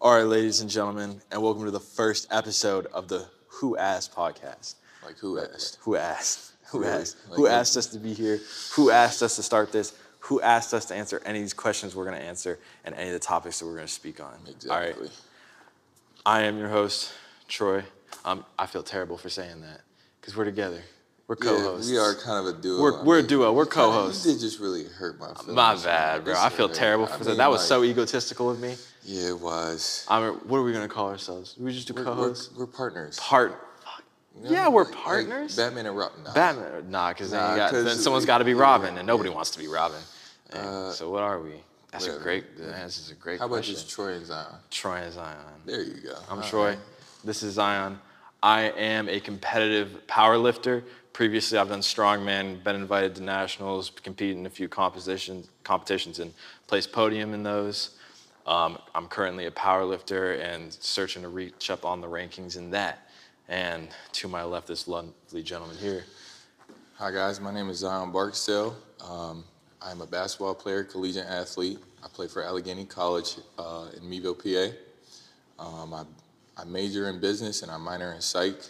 All right, ladies and gentlemen, and welcome to the first episode of the Who Asked podcast. Like who asked? Who asked? Who Really? asked? Like who that? asked us to be here? Who asked us to start this? Who asked us to answer any of these questions we're going to answer and any of the topics that we're going to speak on? All right. Exactly. I am your host, Troy. Um, I feel terrible for saying that because we're together. We're co-hosts. Yeah, we are kind of a duo. We're- I we're a duo. We're kinda- co-hosts. You did just really hurt my feelings. My bad, bro. This I feel hurt. terrible for I that. mean, That was like, so egotistical of me. Yeah, it was. I'm, what are we going to call ourselves? We just do We're, we're, co-hosts. we're partners. Part. fuck. You know, yeah, we're like- like partners. Batman and Robin. Nah. Batman, nah, because Nah, then, you got, then 'cause someone's we- got to be yeah, Robin, and nobody wants to be Robin. Dang, Uh, so what are we? That's a whatever. great. This is a great How about question. just Troy and Zion? Troy and Zion. There you go. I'm All Troy. right. This is Zion. I am a competitive power lifter. Previously, I've done strongman, been invited to nationals, competed in a few compositions, competitions, and placed podium in those. Um, I'm currently a power lifter and searching to reach up on the rankings in that. And to my left, this lovely gentleman here. Hi guys, my name is Zion Barksdale. Um, I'm a basketball player, collegiate athlete. I play for Allegheny College uh, in Meville, PA. Um, I, I major in business and I minor in psych.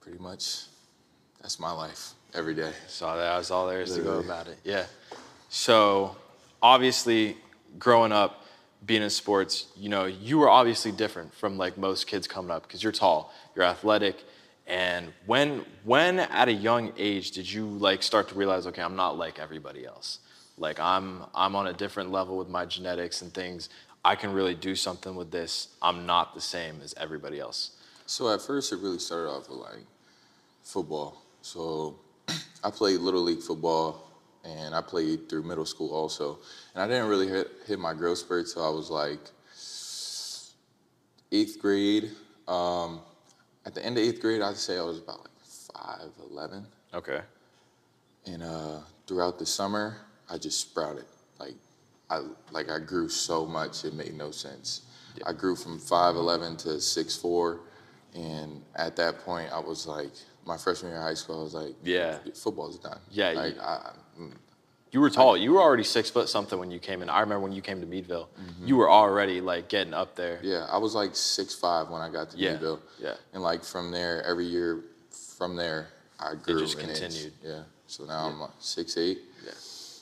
Pretty much, that's my life every day. So that was all there is to go Literally. about it. Yeah. So obviously, growing up, being in sports, you know, you were obviously different from like most kids coming up because you're tall, you're athletic, and when when at a young age did you like start to realize, okay, I'm not like everybody else. Like I'm I'm on a different level with my genetics and things. I can really do something with this. I'm not the same as everybody else. So at first, it really started off with like football. So I played little league football, and I played through middle school also. And I didn't really hit, hit my growth spurt till I was like eighth grade. Um, at the end of eighth grade, I'd say I was about like five eleven. Okay. And uh, throughout the summer, I just sprouted. Like I like I grew so much it made no sense. I grew from five eleven to six four, and at that point, I was like my freshman year of high school. I was like, Yeah. football's done. Yeah, you- like I, You were tall. You were already six foot something when you came in. I remember when you came to Meadville, you were already like getting up there. yeah, I was like six five when I got to Yeah, Mobile. yeah. and like from there, every year from there, I grew. just an inch. continued. Yeah, so now I'm like six eight.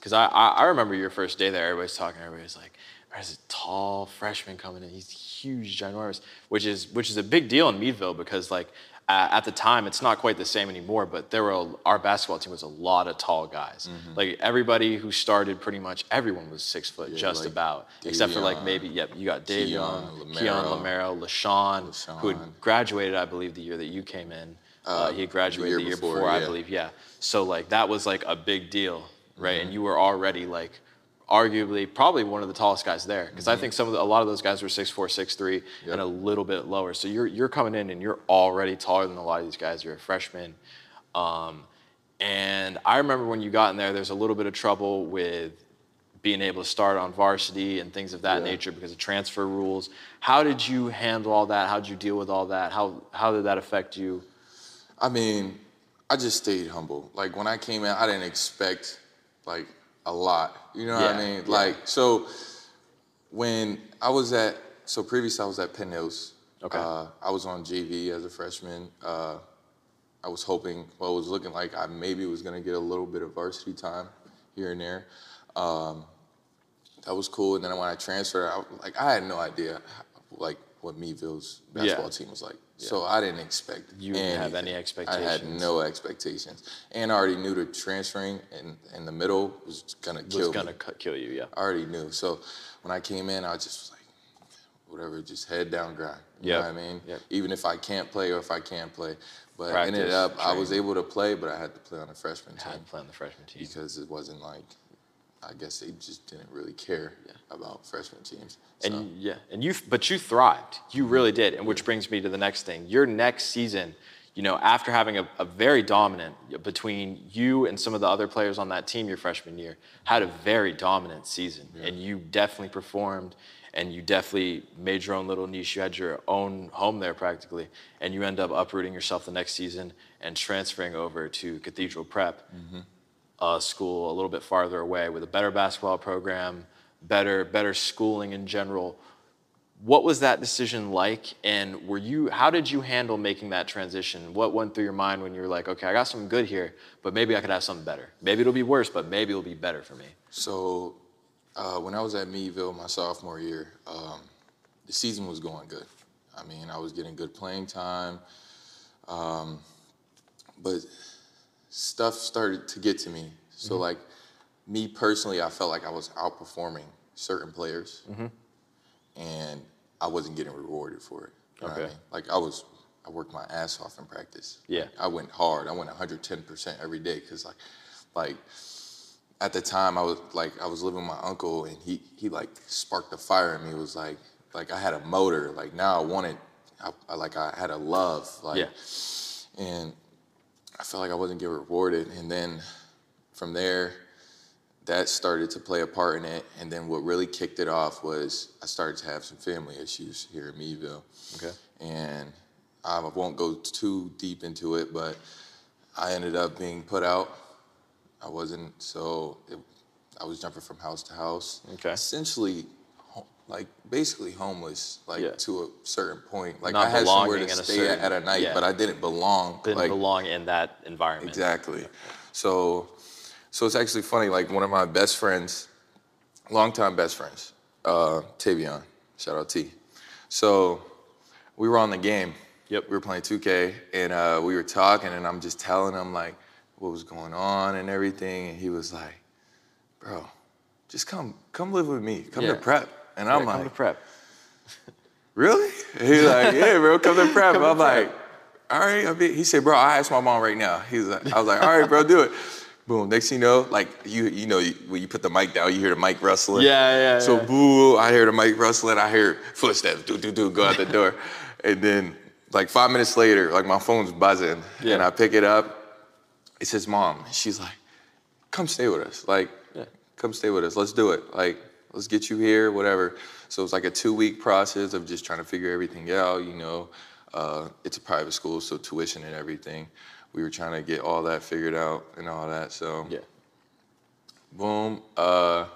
Because I, I, I remember your first day there. Everybody's talking. Everybody's like, "There's a tall freshman coming in. He's huge, ginormous," which is which is a big deal in Meadville because like uh, at the time it's not quite the same anymore. But there were a, our basketball team was a lot of tall guys. Mm-hmm. Like everybody who started, pretty much everyone was six foot, just like about, except for like Davion, maybe yep. You got Davion, Keon, Keon Lamero. Lamero, LaShawn, who had LaShawn. graduated, I believe, the year that you came in. Uh, he had graduated year the year before, before, I yeah. believe. Yeah. So like that was like a big deal, right? Mm-hmm. And you were already like arguably probably one of the tallest guys there because Mm-hmm. I think some of the, a lot of those guys were six four, six three, and a little bit lower. So you're you're coming in and you're already taller than a lot of these guys. You're a freshman. Um, and I remember when you got in there, there's a little bit of trouble with being able to start on varsity and things of that Yeah. nature because of transfer rules. How did you handle all that? How did you deal with all that? How how did that affect you? I mean, I just stayed humble. Like when I came out, I didn't expect like a lot. You know what I Yeah, mean? yeah. Like so when I was at so previously I was at Penn Hills. Okay. Uh, I was on JV as a freshman. Uh, I was hoping, well, it was looking like I maybe was going to get a little bit of varsity time here and there. Um, that was cool. And then when I transferred, I, like I had no idea, like what Meville's basketball team was like. So I didn't expect You didn't have any anything. I had expectations. no expectations, and I already knew the transferring in, in the middle was gonna was kill me. gonna cut, kill you. Yeah. I already knew. So when I came in, I was just like, whatever, just head down, grind. You Yep. know what I mean? Yep. Even if I can't play or if I can play. But ended Practice, up, I was able to play, but I had to play on a freshman I team had to play on the freshman team. because it wasn't like, I guess they just didn't really care about freshman teams. And So- you- yeah, and you but you thrived. You really did. And which brings me to the next thing. Your next season, you know, after having a, a very dominant between you and some of the other players on that team your freshman year, had a very dominant season. And you definitely performed and you definitely made your own little niche. You had your own home there practically. And you end up uprooting yourself the next season and transferring over to Cathedral Prep uh, school a little bit farther away with a better basketball program, better better schooling in general. What was that decision like, and were you? How did you handle making that transition? What went through your mind when you were like, okay, I got something good here, but maybe I could have something better. Maybe it'll be worse, but maybe it'll be better for me. So uh, when I was at Meadville my sophomore year, um, the season was going good. I mean, I was getting good playing time, um, but stuff started to get to me. So Mm-hmm. like me personally, I felt like I was outperforming certain players, Mm-hmm. and I wasn't getting rewarded for it. You know what I Okay. mean? Like I was, I worked my ass off in practice. Yeah. I went hard. I went 110% every day because like, like at the time I was like I was living with my uncle and he he like sparked a fire in me. It was like like I had a motor. Like now I wanted I, I like I had a love. Like Yeah. and I felt like I wasn't getting rewarded. And then from there, that started to play a part in it. And then what really kicked it off was I started to have some family issues here in Meadville Okay. and I won't go too deep into it, but I ended up being put out. I wasn't, so it, I was jumping from house to house. Okay. Essentially, ho- like basically homeless, like Yeah. to a certain point. Like Not I had somewhere belonging to in a stay certain- at at a night, yeah. but I didn't belong. Didn't like, belong in that environment. Exactly. So, so it's actually funny. Like one of my best friends, longtime best friends, uh, Tavion, shout out T. So we were on the game. Yep. We were playing 2K, and uh, we were talking, and I'm just telling him like what was going on and everything, and he was like, "Bro, just come, come live with me. Come Yeah. to prep." And I'm Yeah, like, come to prep. really? And He's like, yeah, bro, come to prep. I'm like, all right. I mean, he said, bro, I asked my mom right now. He's like, I was like, all right, bro, do it. Boom. Next thing you know, like you, you know, you- when you put the mic down, you hear the mic rustling. Yeah, yeah, So yeah. boo, I hear the mic rustling. I hear footsteps, do do do, go out the door, and then like five minutes later, like my phone's buzzing, Yeah. and I pick it up. It's his mom. She's like, come stay with us. Like, Yeah. come stay with us. Let's do it. Like, let's get you here, whatever. So it's like a two week process of just trying to figure everything out. You know, uh, it's a private school, so tuition and everything. We were trying to get all that figured out and all that. So Yeah. boom. Uh,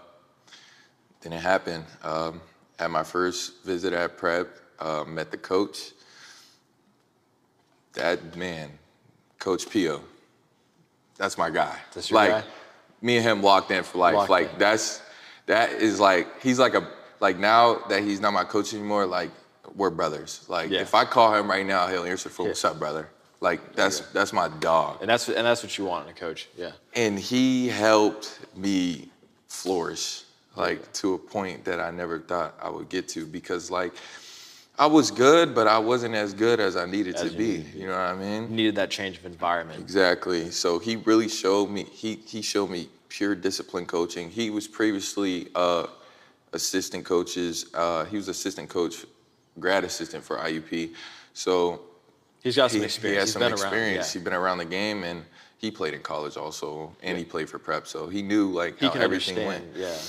then it happened. Um, at my first visit at prep, uh, met the coach. That man, Coach Pio. That's my guy. That's your like, guy? Me and him locked in for life. Locked like in. that's that is like he's like a like now that he's not my coach anymore. Like we're brothers. Like Yeah. if I call him right now, he'll answer for Yeah. what's up, brother. Like that's that's my dog And that's and that's what you want in a coach. Yeah. and he helped me flourish like to a point that I never thought I would get to because like I was good but I wasn't as good as I needed As to you be needed you know what I mean Needed that change of environment. exactly so he really showed me he he showed me pure discipline coaching he was previously uh assistant coaches uh he was assistant coach grad assistant for IUP so He's got some he- experience. He has He's some been experience. around. He's been around the game, and he played in college also, and he played for prep, so he knew like Yeah. how He can everything understand. went.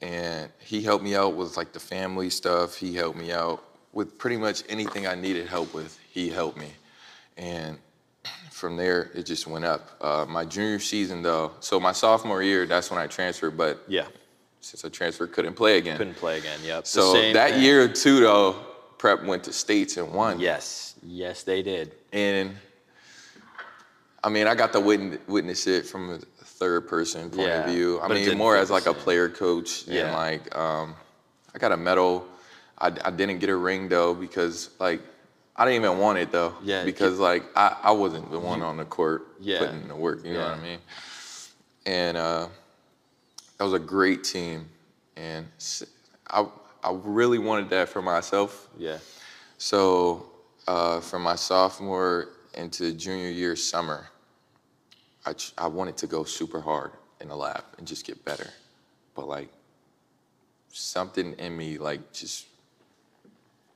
Yeah. And he helped me out with like the family stuff. He helped me out with pretty much anything I needed help with. He helped me, and from there it just went up. Uh, my junior season though, so my sophomore year, that's when I transferred. But Yeah. since I transferred, couldn't play again. Couldn't play again. Yep. The so same that thing. year or two though, prep went to states and won. Yes. Yes, they did. And I mean, I got to witness, witness it from a third person point Yeah, of view. I but it mean, didn't more feel as the like a same. player coach. And Yeah. like, um, I got a medal. I, I didn't get a ring though because like, I didn't even want it though. Yeah, Because like, I, I wasn't the one on the court Yeah. putting in the work. You know what I Yeah. mean? And uh, that was a great team. And s- I, I really wanted that for myself. Yeah. So, uh, from my sophomore into junior year summer, I, ch- I wanted to go super hard in the lab and just get better. But, like, something in me, like, just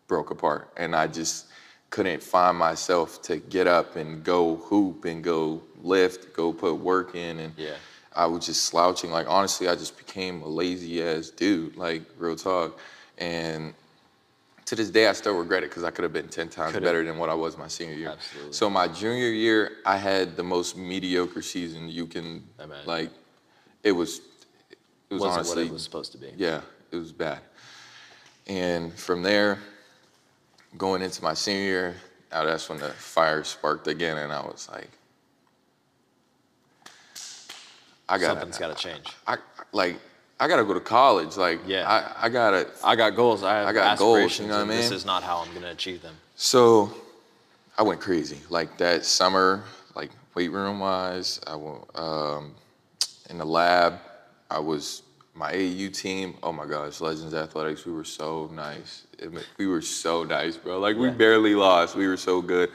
broke apart. And I just couldn't find myself to get up and go hoop and go lift, go put work in. And Yeah. I was just slouching. Like, honestly, I just became a lazy ass dude, like, real talk. And to this day, I still regret it because I could have been 10 times Coulda. better than what I was my senior year. Absolutely. So, my junior year, I had the most mediocre season you can, I imagine. like, it was, it was Wasn't honestly what it was supposed to be. yeah, it was bad. And from there, going into my senior year, now that's when the fire sparked again, and I was like, I got Something's got to change. I like I gotta go to college. Like Yeah. I, I gotta I got goals. I, have I got goals, you aspirations, know what I and This mean? is not how I'm going to achieve them. so I went crazy. Like that summer, like weight room wise, I went um, in the lab. I was my AU team. Oh my gosh, Legends Athletics. We were so nice. I mean, we were so nice, bro. Like we Yeah. barely lost. We were so good.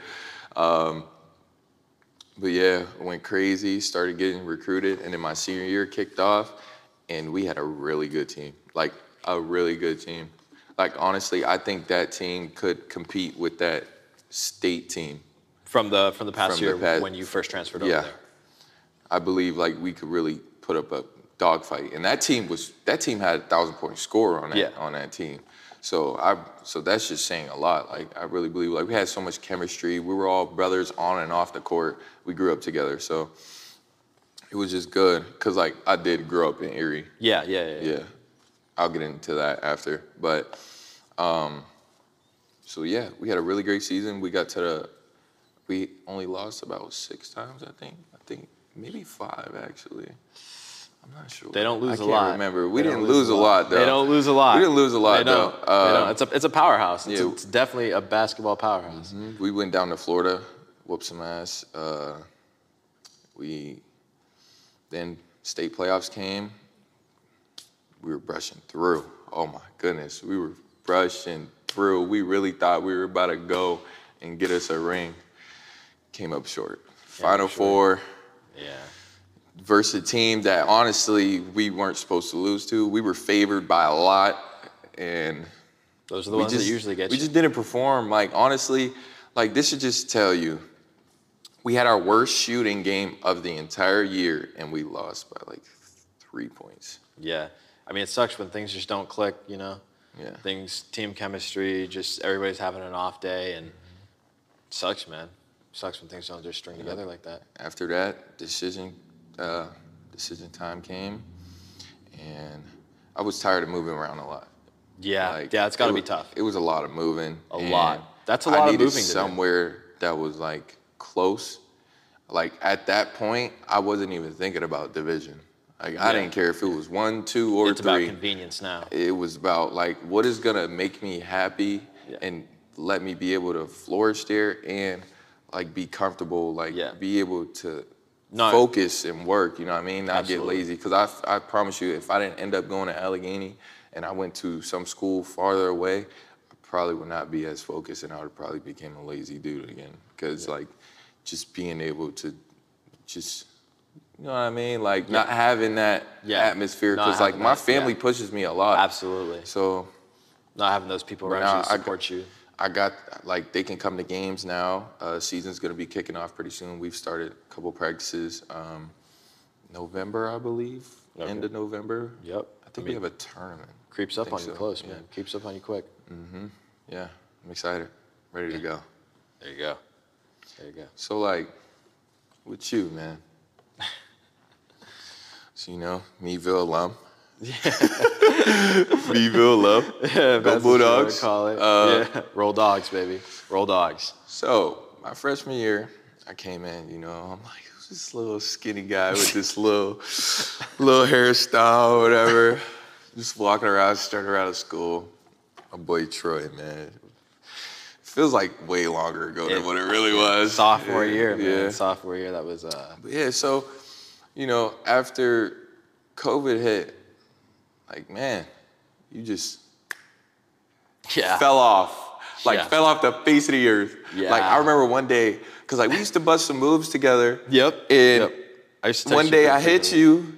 But yeah, I went crazy, started getting recruited, and then my senior year kicked off, and we had a really good team. Like a really good team. Like honestly, I think that team could compete with that state team. From the from the past From the year past- when you first transferred yeah. over there. I believe like we could really put up a dogfight. And that team was that team had a thousand point scorer on that Yeah. on that team. So I so that's just saying a lot. Like I really believe like we had so much chemistry. We were all brothers on and off the court. We grew up together. So it was just good because like I did grow up in Erie. Yeah, yeah, yeah. yeah. Yeah, I'll get into that after. But um, so yeah, we had a really great season. We got to the, we only lost about six times, I think. I think maybe five actually. I'm not sure. They don't lose I a can't lot. Remember, we They didn't don't lose a lot. though. They don't lose a lot. We didn't lose a lot They don't. though. Uh, they don't. It's a it's a powerhouse. It's, yeah. Mm-hmm. it's definitely a basketball powerhouse. We went down to Florida, whooped some ass. Uh, we then state playoffs came. We were brushing through. Oh my goodness, we were brushing through. We really thought we were about to go and get us a ring. Came up short. Final short. four Yeah. versus a team that honestly we weren't supposed to lose to. We were favored by a lot, and Those are the ones that usually get we you. just didn't perform. Like honestly, like this should just tell you, we had our worst shooting game of the entire year, and we lost by like three points. yeah. I mean, it sucks when things just don't click. You know, Yeah. things, team chemistry, just everybody's having an off day, and sucks, man. Sucks when things don't just string together like that. After that, decision uh, decision time came, and I was tired of moving around a lot. Yeah, Like, yeah, it's got to it be wa- tough. It was a lot of moving. A and lot. That's a lot of I needed moving to do. somewhere that was like close. Like at that point, I wasn't even thinking about division. Like Yeah. I didn't care if it was one, two, or it's about three. convenience now. it was about like what is gonna make me happy Yeah. and let me be able to flourish there and like be comfortable, like Yeah. be able to No. focus and work. You know what I mean? Not Absolutely. get lazy. Because I, f- I promise you, if I didn't end up going to Allegheny and I went to some school farther away, I probably would not be as focused, and I would have probably became a lazy dude again. Because like just being able to just you know what I mean? Like not having that Yeah. atmosphere Not because like having my that, yeah. family pushes me a lot. Absolutely. So Not having those people around Nah, you to I- support you. I got like they can come to games now. Uh, season's gonna be kicking off pretty soon. We've started a couple practices. Um, November, I believe, end Okay. of November. Yep. I think we have a tournament. Creeps up think on you so, close, yeah. man. Creeps up on you quick. Yeah, I'm excited, ready to go. There you go. There you go. So like, with you, man. so you know, Meville alum. Meville alum. Go Bulldogs. Call it. Uh, yeah. Roll dogs, baby. Roll dogs. So my freshman year, I came in, you know, I'm like, who's this little skinny guy with this little little hairstyle, or whatever. Just walking around, starting around at school. My boy Troy, man. Feels like way longer ago than It- what it really was. Sophomore Yeah, year, man. yeah. Sophomore year, that was uh, But yeah, so, you know, after COVID hit, like, man, you just yeah. fell off, like Yeah. fell off the face of the earth. Yeah. Like I remember one day, cause like we used to bust some moves together. Yep. And yep. I used to text one you day pretty I hit frequently. you,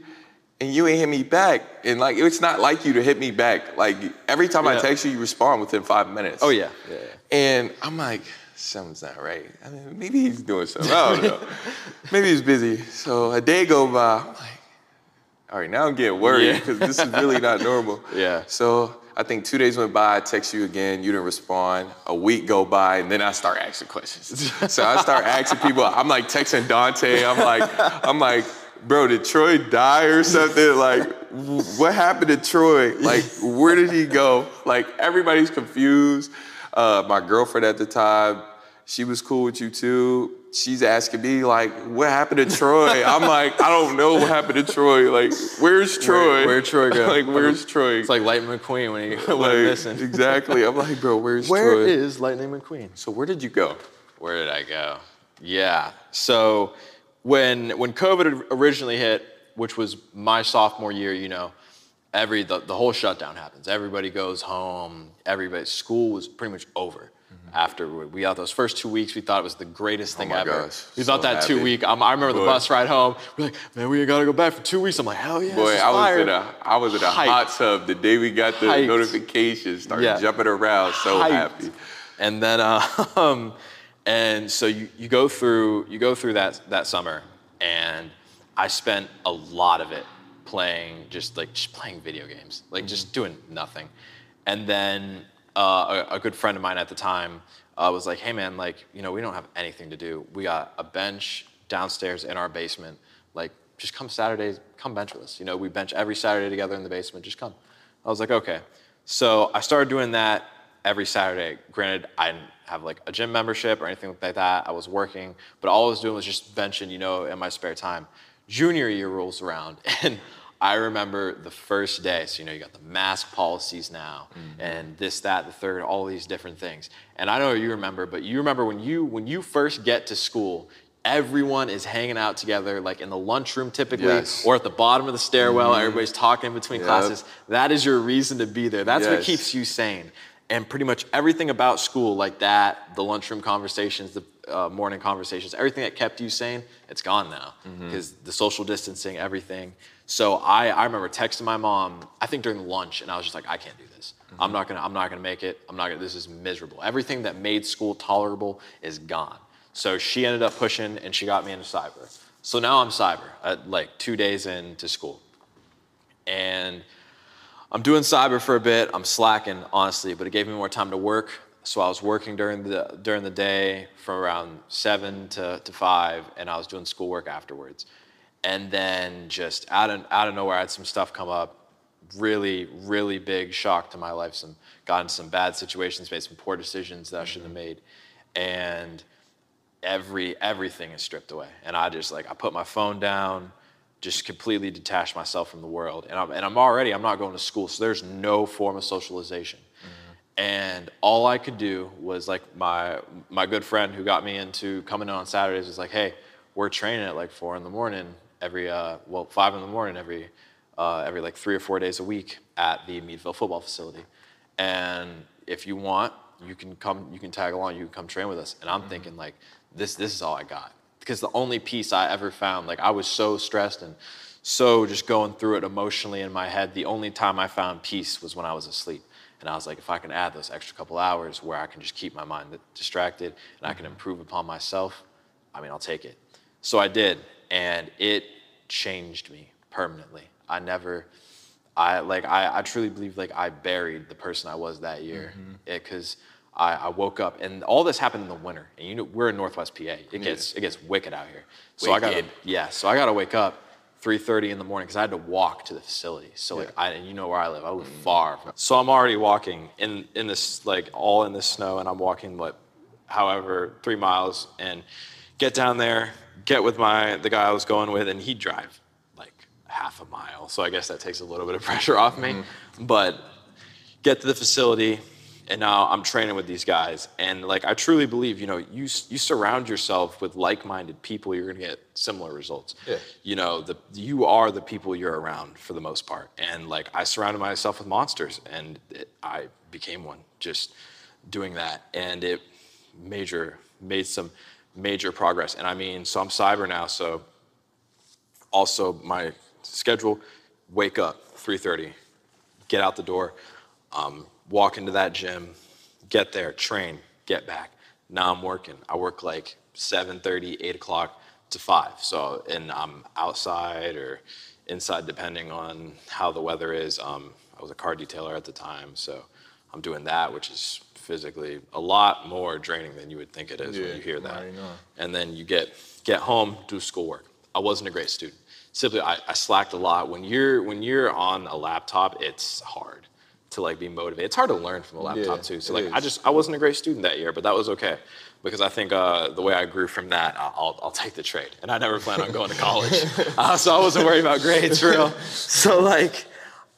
and you ain't hit me back. And like it's not like you to hit me back. Like every time I Yeah. text you, you respond within five minutes. Oh yeah. Yeah. yeah. And I'm like, something's not right. I mean, maybe he's doing something. I don't know. maybe he's busy. So a day go by. I'm like, all right, now I'm getting worried Yeah. because this is really not normal. Yeah. So I think two days went by. I text you again. You didn't respond. A week go by, and then I start asking questions. so I start asking people. I'm like texting Dante. I'm like, I'm like, bro, did Troy die or something? Like, w- what happened to Troy? Like, where did he go? Like, everybody's confused. Uh, my girlfriend at the time, she was cool with you too. She's asking me like, what happened to Troy? I'm like, I don't know what happened to Troy. Like, where's Where- Troy? where'd Troy go? like, where's Troy? It's like Lightning McQueen when he went Like, missing. exactly. I'm like, bro, where's Where Troy? is Lightning McQueen? so where did you go? Where did I go? Yeah. So when when COVID originally hit, which was my sophomore year, you know, every the, the whole shutdown happens. Everybody goes home. Everybody school was pretty much over. After we- we got those first two weeks, we thought it was the greatest thing Mm-hmm. Oh my ever. gosh, we thought so that happy. two week. Um, I remember the Boy. bus ride home. We're like, man, we gotta go back for two weeks. I'm like, hell yeah, Boy, this is I was fire." in a I was in a hot Hyped. tub the day we got the Hyped. notifications. Started Yeah. jumping around, so hyped. happy. And then, uh, um, and so you, you go through you go through that that summer, and I spent a lot of it playing just like just playing video games, like just doing nothing. And then uh, a, a good friend of mine at the time uh, was like, "Hey man, like you know we don't have anything to do. We got a bench downstairs in our basement. Like just come Saturdays, come bench with us. You know we bench every Saturday together in the basement. Just come." I was like, okay. So I started doing that every Saturday. Granted, I didn't have like a gym membership or anything like that. I was working, but all I was doing was just benching, you know, in my spare time. Junior year rolls around, and I remember the first day. So, you know, you got the mask policies now, and this, that, the third, all these different things. And I know you remember, but you remember when you when you first get to school, everyone is hanging out together, like in the lunchroom typically, Yes. or at the bottom of the stairwell. Everybody's talking in between Yep. classes. That is your reason to be there. That's what Yes. keeps you sane. And pretty much everything about school, like that, the lunchroom conversations, the uh, morning conversations, everything that kept you sane, it's gone now because the social distancing, everything. So I, I remember texting my mom, I think during lunch, and I was just like, I can't do this. I'm not gonna, I'm not gonna make it. I'm not gonna. This is miserable. Everything that made school tolerable is gone. So she ended up pushing, and she got me into cyber. So now I'm cyber, at like two days into school, and I'm doing cyber for a bit. I'm slacking, honestly, but it gave me more time to work. So I was working during the during the day from around seven to, to five, and I was doing schoolwork afterwards. And then just out of out of nowhere, I had some stuff come up. Really, really big shock to my life. Some gotten some bad situations, made some poor decisions that I shouldn't have made, and every everything is stripped away and i just like i put my phone down just completely detach myself from the world and i'm, and I'm already i'm not going to school so there's no form of socialization and all i could do was like my my good friend who got me into coming in on saturdays was like hey we're training at like four in the morning every uh, well five in the morning every uh, every like three or four days a week at the meadville football facility and if you want you can come you can tag along you can come train with us and i'm thinking like this this is all i got because the only piece i ever found like i was so stressed and so just going through it emotionally in my head the only time i found peace was when i was asleep and i was like if i can add those extra couple hours where i can just keep my mind distracted and i can improve upon myself i mean i'll take it so i did and it changed me permanently i never I like I, I truly believe like I buried the person I was that year because I, I woke up and all this happened in the winter and you know we're in Northwest PA it gets it gets wicked out here so I got Wicked. yeah so I got to wake up 3:30 in the morning because I had to walk to the facility so like I and you know where I live I live far from, Mm-hmm. so I'm already walking in in this like all in this snow and I'm walking what however three miles and get down there get with my the guy I was going with and he'd drive like half a mile. So I guess that takes a little bit of pressure off me. But get to the facility, and now I'm training with these guys. And like I truly believe, you know, you s- you surround yourself with like-minded people, you're gonna get similar results. Yeah. You know, the you are the people you're around for the most part. And like I surrounded myself with monsters, and it, I became one just doing that. And it major made some major progress. And I mean, so I'm cyber now, so also my schedule wake up 3.30 get out the door um, walk into that gym get there train get back now i'm working i work like 7.30 8 o'clock to 5 so and i'm outside or inside depending on how the weather is um, i was a car detailer at the time so i'm doing that which is physically a lot more draining than you would think it is Yeah, when you hear I that know. and then you get get home do schoolwork i wasn't a great student simply I, I slacked a lot. When you're when you're on a laptop, it's hard to like be motivated. It's hard to learn from a laptop Yeah, too. So it like I is. just I wasn't a great student that year, but that was okay because I think uh, the way I grew from that, I- I'll, I'll take the trade. And I never plan on going to college, uh, so I wasn't worried about grades for real. So like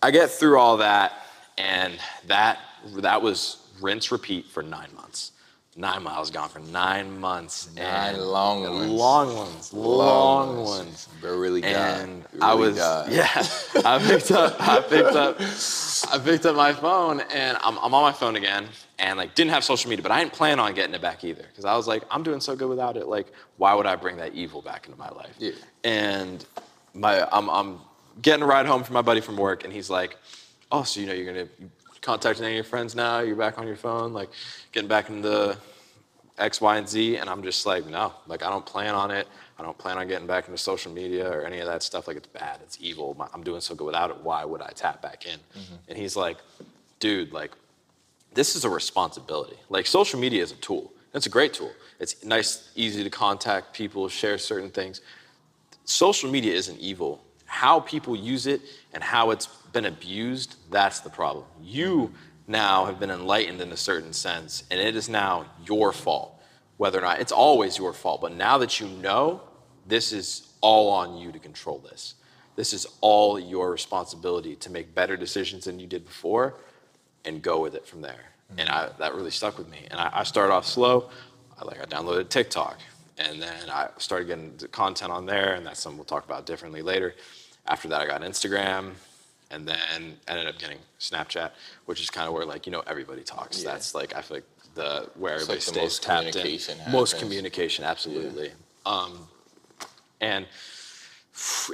I get through all that, and that that was rinse repeat for nine months. Nine miles gone for nine months. Nine and long ones. Long ones. Long, ones. Bro, really died. And Really I was died. yeah. I picked up I picked up I picked up my phone and I'm, I'm on my phone again and like didn't have social media, but I didn't plan on getting it back either because I was like I'm doing so good without it. Like why would I bring that evil back into my life? Yeah. And my I'm I'm getting a ride home from my buddy from work and he's like, oh so you know you're gonna contact any of your friends now? You're back on your phone like getting back in the X, Y, and Z. And I'm just like, no, like I don't plan on it. I don't plan on getting back into social media or any of that stuff. Like it's bad, it's evil. My- I'm doing so good without it. Why would I tap back in? And he's like, dude, like this is a responsibility. Like social media is a tool. It's a great tool. It's nice, easy to contact people, share certain things. Social media isn't evil. How people use it and how it's been abused, that's the problem. You now have been enlightened in a certain sense, and it is now your fault. Whether or not it's always your fault, but now that you know, this is all on you to control this. This is all your responsibility to make better decisions than you did before and go with it from there. And Mm-hmm. I, that really stuck with me. And I, I started off slow. I like I downloaded TikTok, and then I started getting the content on there, and that's something we'll talk about differently later. After that, I got Instagram, and then ended up getting Snapchat, which is kind of where like you know everybody talks. Yeah. That's like I feel like the where everybody like the stays most tapped communication in. Most happens. communication, absolutely. Um, and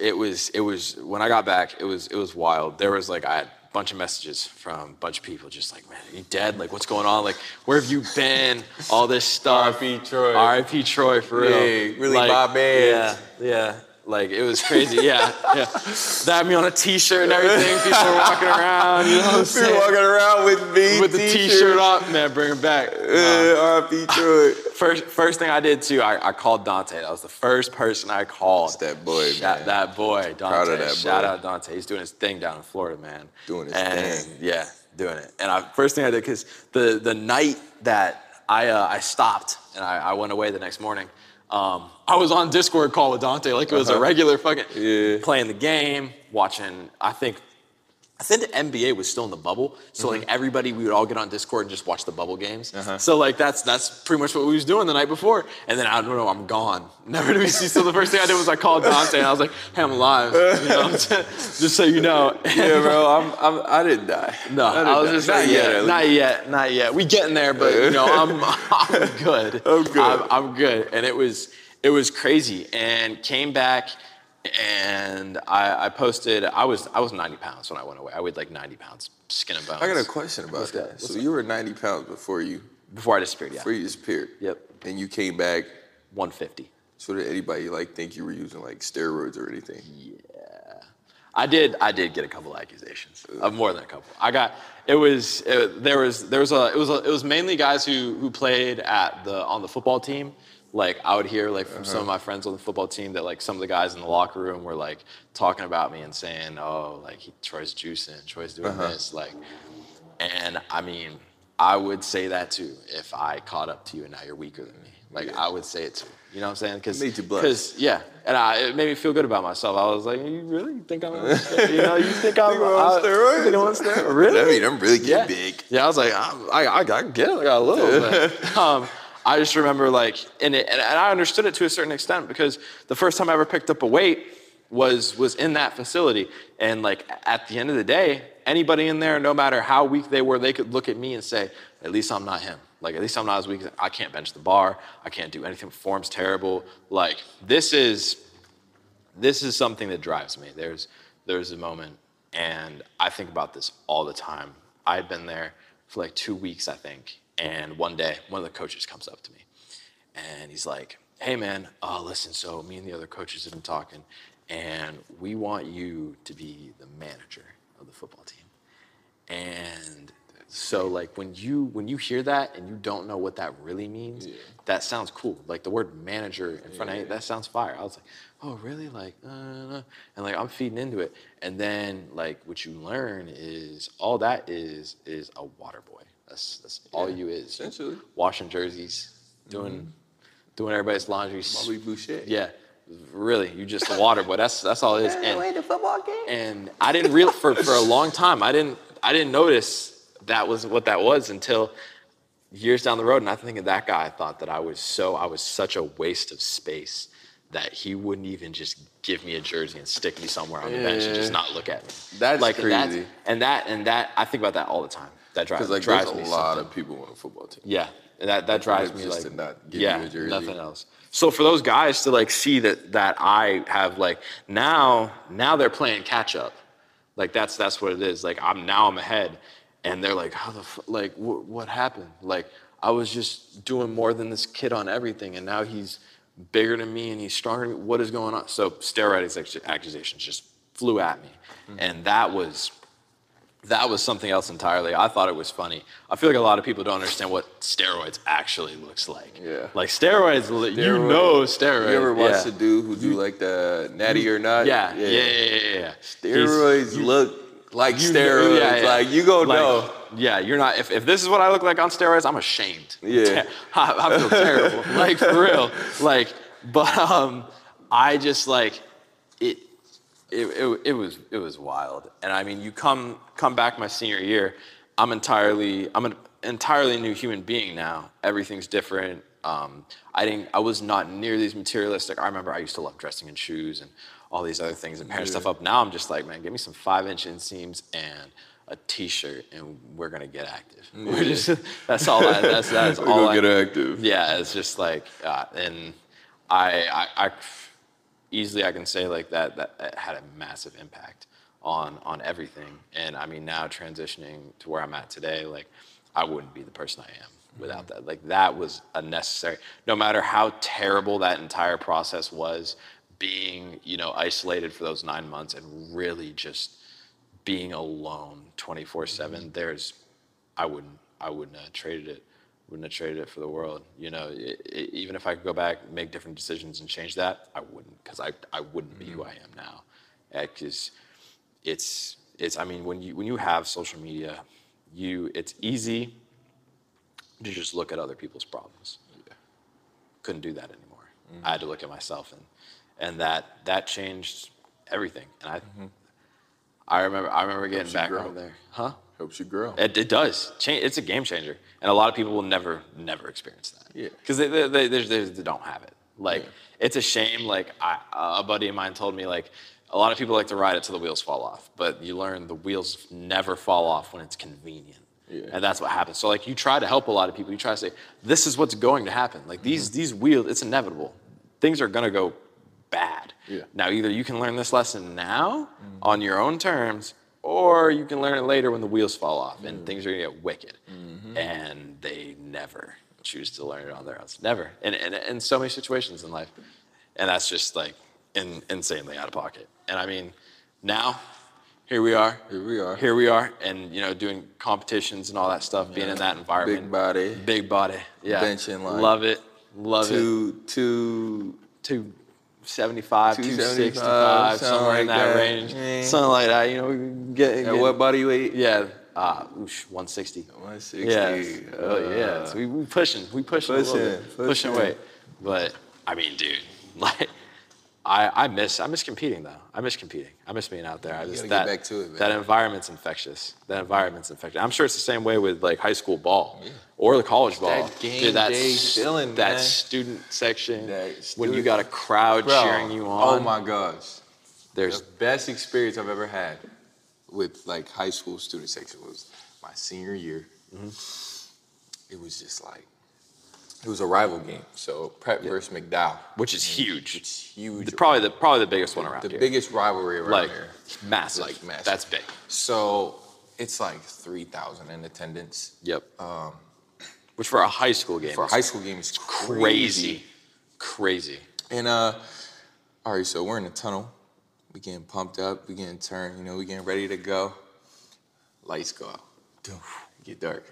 it was it was when I got back, it was it was wild. There was like I had a bunch of messages from a bunch of people just like, man, are you dead? Like what's going on? Like where have you been? All this stuff. R.I.P. Troy. R.I.P. Troy for real. Yeah, really my man. Yeah, yeah. Like it was crazy. Yeah, yeah. They had me on a T-shirt and everything. People were walking around. You know what I'm You're saying? walking around with me With the T-shirt on, man, bring it back. Nah. Uh, RIP Troy. First, first thing I did too, I, I called Dante. That was the first person I called. It's that boy, Shout, man. That boy, Dante. of that Shout boy. out Dante. He's doing his thing down in Florida, man. Doing his And, thing. Yeah, doing it. And I, first thing I did, because the, the night that I, uh, I stopped and I, I went away the next morning, um, I was on Discord call with Dante like it was a Uh-huh. regular fucking Yeah. playing the game, watching. I think I think the NBA was still in the bubble, so like Mm-hmm. everybody, we would all get on Discord and just watch the bubble games. Uh-huh. So like that's that's pretty much what we was doing the night before. And then I don't know, I'm gone, never to be seen. So the first thing I did was I called Dante and I was like, "Hey, I'm alive," you know, just so you know. Yeah, bro. I'm, I'm, I didn't die. No, didn't I was die. just Not like, yet, yeah, at not yet, not yet. We getting there, but you know, I'm I'm good. I'm good. I'm, I'm good. And it was it was crazy. And came back, and I, I posted. I was I was 90 pounds when I went away. I weighed like 90 pounds, skin and bones. I got a question about What's that. that? So What's you were 90 pounds before you before I disappeared. Yeah, before you disappeared. Yep. And you came back. 150. So did anybody like think you were using like steroids or anything? I did. I did get a couple accusations. Uh, more than a couple. I got. It was. It, there was. There was a. It was. A, it was mainly guys who who played at the on the football team. Like I would hear like from some of my friends on the football team that like some of the guys in the locker room were like talking about me and saying, "Oh, like he, Troy's juicing, Troy's doing this." Like, and I mean, I would say that too if I caught up to you and now you're weaker than me. Like Yeah. I would say it too. You know what I'm saying? Because Made you blush. yeah, and I, it made me feel good about myself. I was like, "You really think I'm? on steroids? You know, you think I'm Think we're I- on steroids? think I'm on steroids? Really? I mean, I'm really getting yeah. big. Yeah, I was like, I'm, I, I, I can get it. I got a little. But, um, I just remember like, and, it, and and I understood it to a certain extent because the first time I ever picked up a weight was was in that facility, and like at the end of the day, anybody in there, no matter how weak they were, they could look at me and say, at least I'm not him. Like at least I'm not as weak. as I can't bench the bar. I can't do anything. Form's terrible. Like this is this is something that drives me. There's there's a moment, and I think about this all the time. I had been there for like two weeks, I think, and one day one of the coaches comes up to me, and he's like, "Hey, man, uh, listen. So me and the other coaches have been talking, and we want you to be the manager of the football team." And So like when you when you hear that and you don't know what that really means, Yeah. that sounds cool. Like the word manager in front of it, that sounds fire. I was like, oh really? Like, uh, and like I'm feeding into it, and then like what you learn is all that is is a water boy. That's that's all Yeah, you is. You essentially. Mm-hmm. washing jerseys, doing doing everybody's laundry. s- Bobby Boucher. Yeah, really, you just a water boy. That's that's all it is. And- the football game. and I didn't real for, for a long time. I didn't I didn't notice that was what that was until years down the road. And I think of that guy. I thought that I was so I was such a waste of space that he wouldn't even just give me a jersey and stick me somewhere on the bench and just Yeah. not look at me. That's crazy. and that and that I think about that all the time. That drives Because like there's drives a me lot something. of people on a football team. Yeah, and that that drives live me just like to not give you yeah, a jersey. nothing else. So for those guys to like see that that I have like now now they're playing catch up, like that's that's what it is. Like I'm now I'm ahead, and they're like how the f-? like wh- what happened? Like I was just doing more than this kid on everything, and now he's bigger than me and he's stronger than me. What is going on? So steroid accu- accusations just flew at me, Mm-hmm. and that was that was something else entirely. I thought it was funny. I feel like a lot of people don't understand what steroids actually looks like. Yeah. Like steroids, li- you Steroid- know steroids. You ever watch yeah. the dude who do like the natty or not? Yeah, yeah, yeah, yeah, yeah, yeah. Steroids He's- you- look like you know- steroids. yeah, yeah. Like you gonna Like, know. Yeah, you're not. If, if this is what I look like on steroids, I'm ashamed. Yeah. I, I feel terrible. Like for real. Like, but um, I just like it. It, it, it was it was wild, and I mean, you come come back my senior year, I'm entirely I'm an entirely new human being now. Everything's different. Um, I didn't I was not nearly as materialistic. I remember I used to love dressing in shoes and all these other things and pairing stuff up. Now I'm just like, man, give me some five inch inseams and a t-shirt, and we're gonna get active. We're just that's all. I, that's that's We're all. gonna I, get active. yeah, it's just like, uh, and I, I, I, easily I can say like that, that that had a massive impact on on everything. And I mean, now transitioning to where I'm at today, like I wouldn't be the person I am without that. Like that was a necessary. No matter how terrible that entire process was, being you know isolated for those nine months and really just being alone 24 7 there's i wouldn't i wouldn't have traded it wouldn't have traded it for the world you know i i even if i could go back make different decisions and change that i wouldn't because I, I wouldn't be who i am now because it's it's i mean when you when you have social media you it's easy to just look at other people's problems couldn't do that anymore. I had to look at myself, and and that that changed everything. And I I remember I remember getting you back grow. home there, huh? Helps you grow. It, it does. Change, it's a game changer, and a lot of people will never, never experience that. Yeah. Because they, they, they, they, they- they don't have it. Like Yeah. it's a shame. Like I, a buddy of mine told me, like a lot of people like to ride it till the wheels fall off, but you learn the wheels never fall off when it's convenient. Yeah. And that's what happens. So like you try to help a lot of people. You try to say, this is what's going to happen. Like Mm-hmm. these these wheels, it's inevitable. Things are gonna go bad. Yeah. Now, either you can learn this lesson now on your own terms, or you can learn it later when the wheels fall off Mm. and things are gonna get wicked. Mm-hmm. And they never choose to learn it on their own. Never. And in, in, so many situations in life. And that's just like in, insanely out of pocket. And I mean, now, here we are. Here we are. Here we are. And, you know, doing competitions and all that stuff, being in that environment. Big body. Big body. Yeah. Benching like Love it. Love it. Two two 275, 265, 275, somewhere in something like that, that. range. Yeah. Something like that, you know. we Get, at get- what body weight? Yeah, uh, oosh, 160. 160. Yeah. Uh, oh, yeah. So we, we pushing, we pushing, a little bit. Pushing, pushing. pushing weight. But, I mean, dude, like, I, I miss I miss competing though. I miss competing. I miss being out there. I just gotta that get back to it, man. that environment's infectious. That environment's infectious. I'm sure it's the same way with like high school ball or the college ball. game that day s- feeling, that man. student section That when you student- got a crowd Bro, cheering you on. Oh my gosh. There's The best experience I've ever had with like high school student section was my senior year. It was just like it was a rival game. So Prep versus McDowell. which is huge. It's huge. The, probably the probably the biggest one around the here. biggest rivalry around like here. massive. Like, massive. That's big. So it's like three thousand in attendance. Yep. Um, which for a high school game For a is high school game is crazy, crazy. And uh, all right, so we're in the tunnel. We getting pumped up. We getting turned. You know, we getting ready to go. Lights go out. Doof. get dark.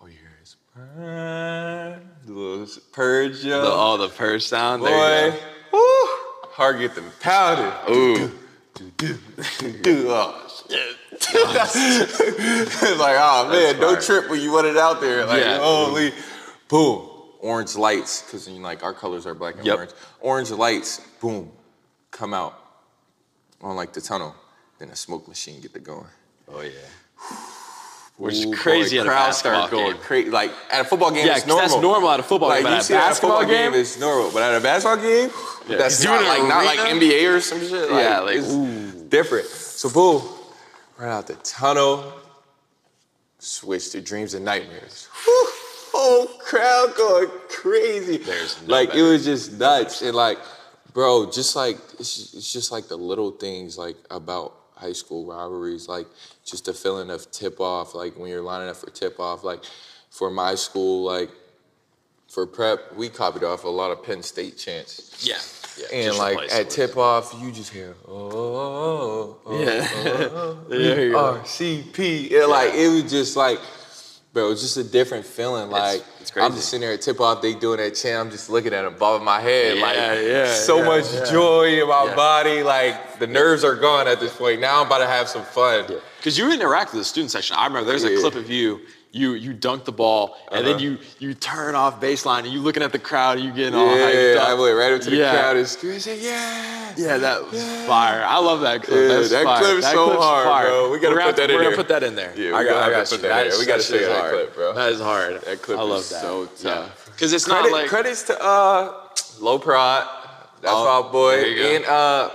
Oh, you hear is purr, the little purge, yo. The, oh, the purge sound. There you Boy, woo, hard get them powdered. go. Ooh. Dude, oh shit. it's like, oh ah, man, fire. don't trip when you want it out there. Like, Yeah. holy, boom, orange lights, because like our colors are black and Yep. orange. Orange lights, boom, come out on like the tunnel. Then a smoke machine get to going. Oh yeah. Which Ooh, is boy, crazy at a crowds start basketball going game. crazy. Like at a football game, Yeah, it's 'cause normal. that's normal at a football game, but you at a see it at a football basketball game, game? it's normal. But at a basketball game, that's You not in an like not like arena? NBA or some shit. Like, Yeah, like, it's ooh. different. So boom, right out the tunnel, switch to dreams and nightmares. Whew, whole crowd going crazy. There's no like it better. was just nuts and like, bro, just like it's, it's just like the little things like about high school rivalries, like just the feeling of tip off, like when you're lining up for tip off, like for my school, like for prep, we copied off a lot of Penn State chants. Yeah. yeah. And just like replace at it. tip off, you just hear oh, oh, oh, oh, Uh-huh. Yeah. oh, there you go. RCP. Yeah, Like it was just like, bro, it was just a different feeling. Like it's I'm crazy. just sitting there at tip off, they doing that chant. I'm just looking at them, bobbing my head. like Yeah, yeah, so yeah, much yeah. joy in my Yeah. body. Like the nerves are gone at this point. Now I'm about to have some fun. Because you interact with the student section. I remember there's a Yeah. clip of you. You you dunk the ball and then Uh-huh. you you turn off baseline and you looking at the crowd and you getting all hyped Yeah, up. I went right up to the Yeah. crowd and screamed, yeah. Yeah, that was fire. I love that clip. Yeah, That's that fire. clip's so hard, fire. bro. We gotta We're gonna put that in We're there. gonna put that in there. Yeah, we I got, gotta I got put you. that in That there. is- We gotta shit show is that hard. clip, bro. That is hard. That clip I is love that. so tough. Because it's Credit, not like credits to uh, Low Prod, that's Oh, our boy, there you go. and uh,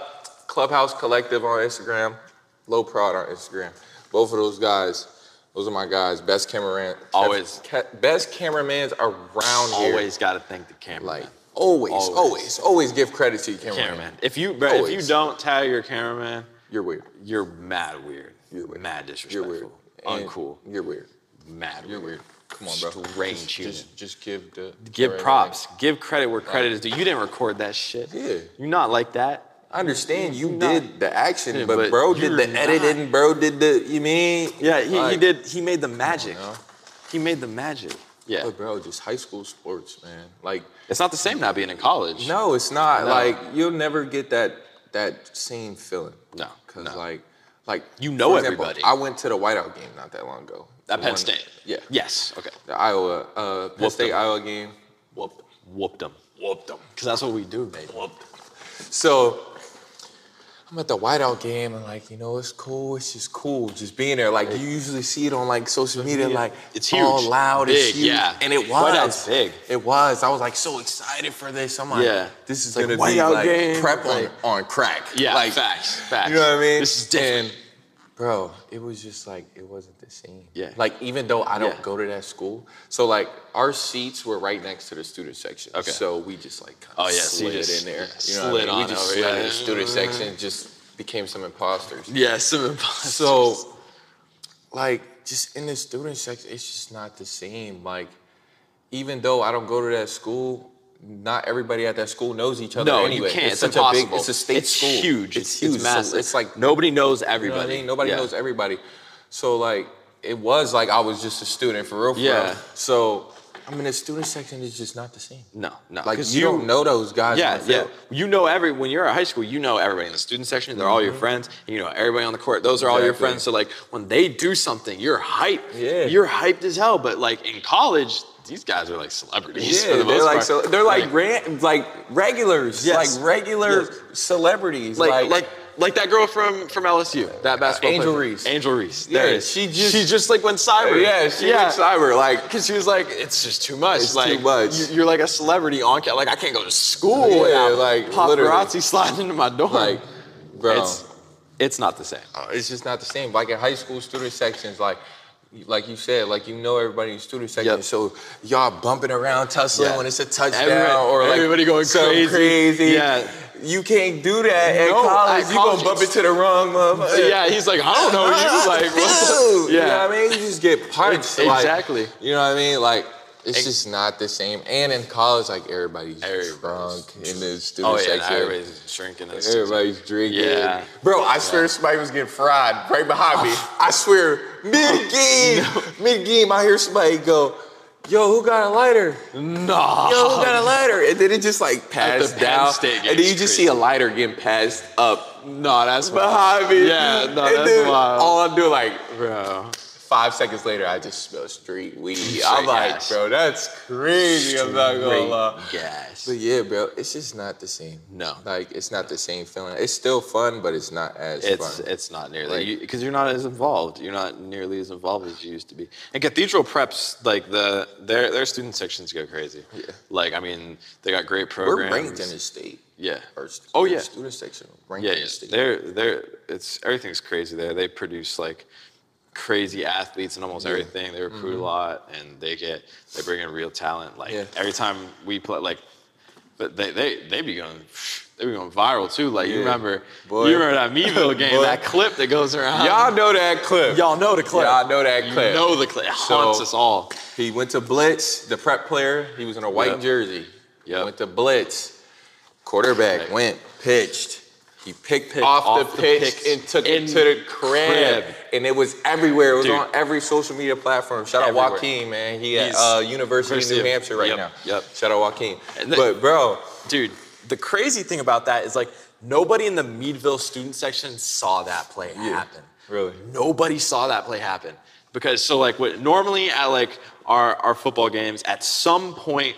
Clubhouse Collective on Instagram, Low Prod on Instagram. Both of those guys, those are my guys. Best cameraman, Always. ca- best cameramans around here. always got to thank the camera. like always, always, Always. always, give credit to your cameraman. cameraman. If you bro, if you Always. don't tag your cameraman, You're weird. you're mad weird. You're weird. Mad You're disrespectful. weird. And Uncool. You're weird. Mad You're weird. Come on, bro. Strange Just- human. Just, just give the Give the- props. Give credit where credit is due. You didn't record that shit. Yeah. You're not like that. I understand you Not- did the action, Yeah, but, but bro did you're the not. editing, bro did the you mean Yeah, he, he Like, did. He made the magic. now. He made the magic. Yeah. But bro, just high school sports, man. Like It's not the same not being in college. no, it's not. No. Like you'll never get that that same feeling. No, Cause no. like like You know for example, everybody. I went to the whiteout game not that long ago. At The Penn one- State. Yeah. Yes. Okay. The Iowa uh Penn Whooped State them. Iowa game. Whoop. Whooped them. Whooped them. Because that's what we do, baby. So I'm at the whiteout game. I'm like, you know, it's cool. It's just cool, just being there. Like you usually see it on like social media, like It's all huge. loud, Big, it's huge. yeah. And it was Whiteout's big. It was. I was like so excited for this. I'm like, Yeah. this is It's like gonna be whiteout like game, prep like- on, on crack. Yeah. like facts. Facts. you know what I mean? This is different. And, bro, it was just like it wasn't the same. Yeah. Like even though I don't Yeah. go to that school, so like our seats were right next to the student section. Okay. So we just like kinda Oh, yeah, so you slid just- in there. you You know what I slid mean? on we just over, slid yeah. in the student section. Just became some imposters. Yeah. Some imposters. So, like, just in the student section, it's just not the same. Like, even though I don't go to that school, not everybody at that school knows each other. No, anyway. you can't. It's, It's, such impossible. a big. It's a state it's school. Huge. It's, huge. It's So massive. it's like nobody knows you know what I everybody. mean? Nobody Yeah. knows everybody. So like it was like I was just a student for real. For Yeah. Real. So I mean the student section is just not the same. No. No. Like you, 'Cause don't know those guys. Yeah, in the yeah. field. You know every when you're at high school, you know everybody in the student section. They're all your friends. And you know everybody on the court. Those are all your Mm-hmm. Exactly. friends. So like when they do something, you're hyped. Yeah. You're hyped as hell. But like in college, these guys are like celebrities Yeah, for the most they're like part. so, they're like ran, like regulars, Yes. like regular Yes. celebrities, like like. like that girl from from LSU, that basketball Uh, Angel player. Reese. Angel Reese. Yeah, There it is. she just- she just like went cyber. yeah, she yeah. cyber, like Because she was like, it's just too much. It's like, too much. you- You're like a celebrity on camera. Like, I can't go to school Yeah, without like, paparazzi literally. sliding into my door. like, bro, it's, it's not the same. Uh, it's just not the same. Like in high school student sections, like like you said, like you know everybody in student section, Yep. so y'all bumping around tussling Yeah. when it's a touchdown Everybody- or like everybody going something crazy. crazy. Yeah. You can't do that at No, at college. You college gonna bump it's- into the wrong motherfucker. yeah, he's like, I don't know you. Like, what the-" Dude, yeah. You know what I mean? You just get punched. like, Exactly. you know what I mean? Like It's just not the same. And in college, like everybody's Everybody's drunk in the student Oh yeah, section. now everybody's shrinking. and stuff. Everybody's drinking. Yeah. Bro, I swear somebody was getting fried right behind me. I swear, mid game, mid game, I hear somebody go, Yo, who got a lighter? No. Yo, who got a lighter? And then it just like passed Penn down. State And game then is you just crazy. see a lighter getting passed up No, that's behind me. Yeah, no, and that's then wild. All I do, like, bro. five seconds later, I just smell street weed. I'm like, gas. Bro, that's crazy. I'm not gonna lie. Yes. But yeah, bro, it's just not the same. No. Like, it's not the same feeling. It's still fun, but it's not as It's fun. it's not Like- nearly because you, are not as involved. You're not nearly as involved as you used to be. And Cathedral preps like the their their student sections go crazy. Yeah. Like I mean, they got great We're programs. ranked in the state. Yeah. Or st- Oh, yeah. Student section. Ranked Yeah, in yeah. the state. They're they're it's everything's crazy there. They produce like crazy athletes and almost everything. They recruit a lot and they get they bring in real talent. Like Mm-hmm. Yeah. every time we play like but they they they be going they be going viral too. Like you Yeah. remember Boy. you remember that Meville game, Boy. that clip that goes around. Y'all know that clip. Y'all know the clip. Y'all know that You clip. know the clip. It haunts So- us all. He went to blitz. The prep player. He was in a white Yep. jersey. Yep. Went to blitz. Quarterback Right. went pitched. He picked, off off, the the, pitch picks and took in it to the crib. crib. and it was everywhere. It was Dude. on every social media platform. Shout Everywhere. out Joaquin, man. He at He's- uh, University of University New of- Hampshire right yep, now. yep. Shout out Joaquin. And the- but bro, Dude, The crazy thing about that is like nobody in the Meadville student section saw that play happen. really, nobody saw that play happen because so like what normally at like our our football games at some point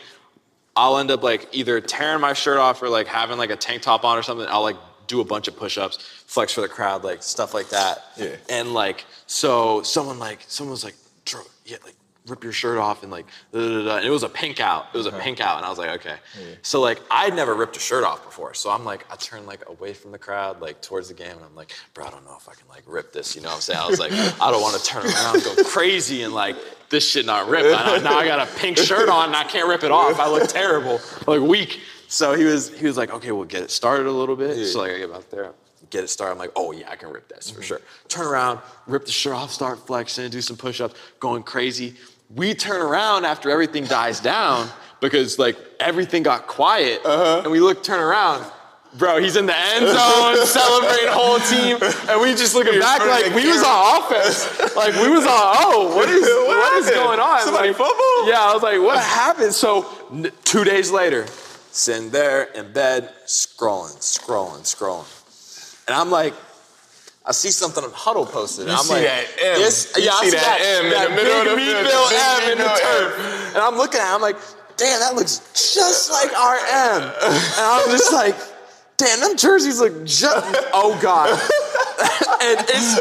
I'll end up like either tearing my shirt off or like having like a tank top on or something. I'll like do a bunch of push-ups, flex for the crowd, like stuff like that. Yeah. And like so someone like someone's like "Dro- yeah like rip your shirt off and like da, da, da, da. And it was a pink out. It was a pink out and I was like okay. So like I'd never ripped a shirt off before. So I'm like I turned like away from the crowd like towards the game and I'm like bro I don't know if I can like rip this, you know what I'm saying? I was like I don't want to turn around and go crazy and like this shit not rip. I, now I got a pink shirt on and I can't rip it off. I look terrible, like weak. So he was he was like, okay, we'll get it started a little bit. So like I get out there, get it started. I'm like, oh yeah, I can rip this Mm-hmm. for sure. Turn around, rip the shirt off, start flexing, do some push-ups, going crazy. We turn around after everything dies down because like everything got quiet, Uh-huh. and we look, turn around. Bro, he's in the end zone, celebrating whole team, and we just looking back front like of the we was on offense. Like we was on. Oh, what is What what is happened? going on? Somebody Like, fumbled? Yeah, I was like, what happened? So n- two days later, sitting there in bed, scrolling, scrolling, scrolling, and I'm like, I see something on Huddle posted. and I'm see like, that M. This, You yeah, I see see that M in that the middle of the big field, Meadville the big M in the Meadville turf. And I'm looking at it, I'm like, damn, that looks just like our M. And I'm just like, damn, them jerseys look just, oh God. and it's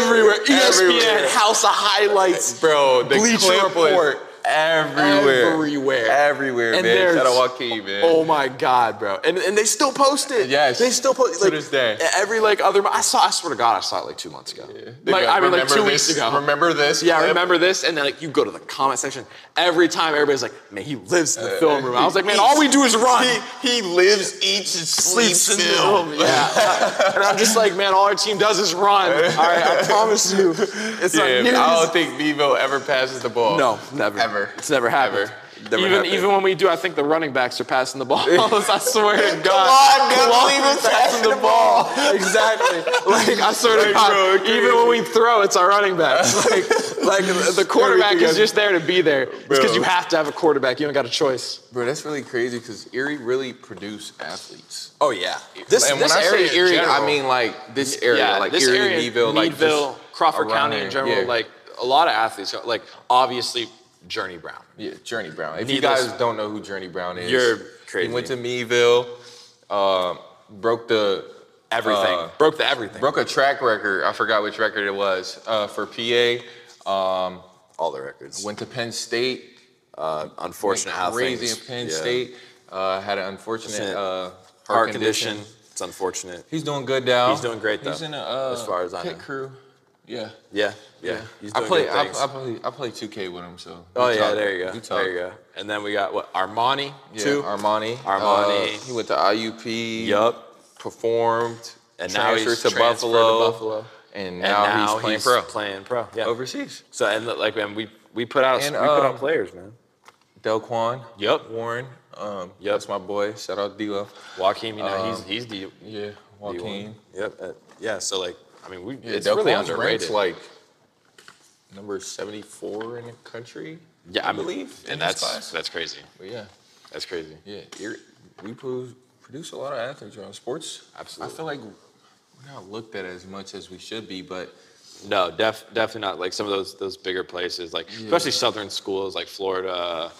everywhere. E ESPN, Everywhere. House of Highlights. bro, the Bleacher clip was Report. everywhere, Everywhere. everywhere, And man. there's- Shout out Joaquin, man. Oh my God, bro! And, and they still post it. Yes. they still post To like, this day. Every like other, I saw. I swear to God, I saw it like two months ago. They Like go, I mean, like "Remember two this- weeks ago. Remember this? Yeah, I clip?" remember this. And then like you go to the comment section every time. Everybody's like, "Man, he lives in the Uh, film room." I was like, "Man, he- all we do is run." He, he lives, eats, and sleeps, in the film. room. Yeah. and I'm just like, man, all our team does is run. All right, I promise you. It's Yeah, like, I here's- don't think Bevo ever passes the ball. no, never. Ever. It's never happened. Ever. Never even happened. even when we do, I think the running backs are passing the balls. I swear to God. on, don't Kalon believe is it's passing the ball. exactly. Like I swear to Like, God. bro, it's even when we throw, it's our running backs. Like like the quarterback Everything is else- just there to be there. It's Bro. because you have to have a quarterback. You don't got a choice. Bro, that's really crazy because Erie really produce athletes. Oh yeah. This and this when I area, say Erie, general- I mean like this area, yeah, like this Erie, area, Meadville, like just Meadville, Crawford around County in there. general. Yeah. Like a lot of athletes, like obviously Journey Brown. Yeah, Journey Brown. If you Needless- guys don't know who Journey Brown is, You're He crazy. went to Meadville, uh, broke the Everything uh, broke the everything. broke a track record. I forgot which record it was uh, for PA. Um, all the records. went to Penn State. Uh, Unfortunate how crazy things. in Penn yeah. State. Uh, had an unfortunate Unfortunate uh, heart, heart condition. condition. It's unfortunate. He's doing good now. He's doing great, He's though, in a uh, as far as I pit know. crew. Yeah. Yeah, yeah. He's I doing play, good I, things. I play. I play 2K with him. So. oh we yeah, talk. there you go. We talk. There you go. And then we got what Armani Yeah, too. Armani. Armani. Uh, he went to IUP. Yup. Performed. And now he's transferred to transferred to Buffalo. Buffalo. And and now, now, he's playing pro Playing pro. Yeah. overseas. So and like man, we we put out And, we put out um, players, man. Delquan. Yep. Warren. Um, That's my boy. Shout out D-Lo. Joaquin, you know, he's he's the. Yeah. Um, Joaquin. Yep. uh, yeah. So like, I mean, we. Yeah, it's Delquan's really underrated. ranked like number 74 in the country. yeah, I, mean, believe. in and this that's class. that's crazy. But yeah, That's crazy. yeah. ir- We produce, produce a lot of athletes around sports. Absolutely. I feel like we're not looked at as much as we should be, but No, def, definitely not. Like some of those those bigger places, like especially southern schools, like Florida,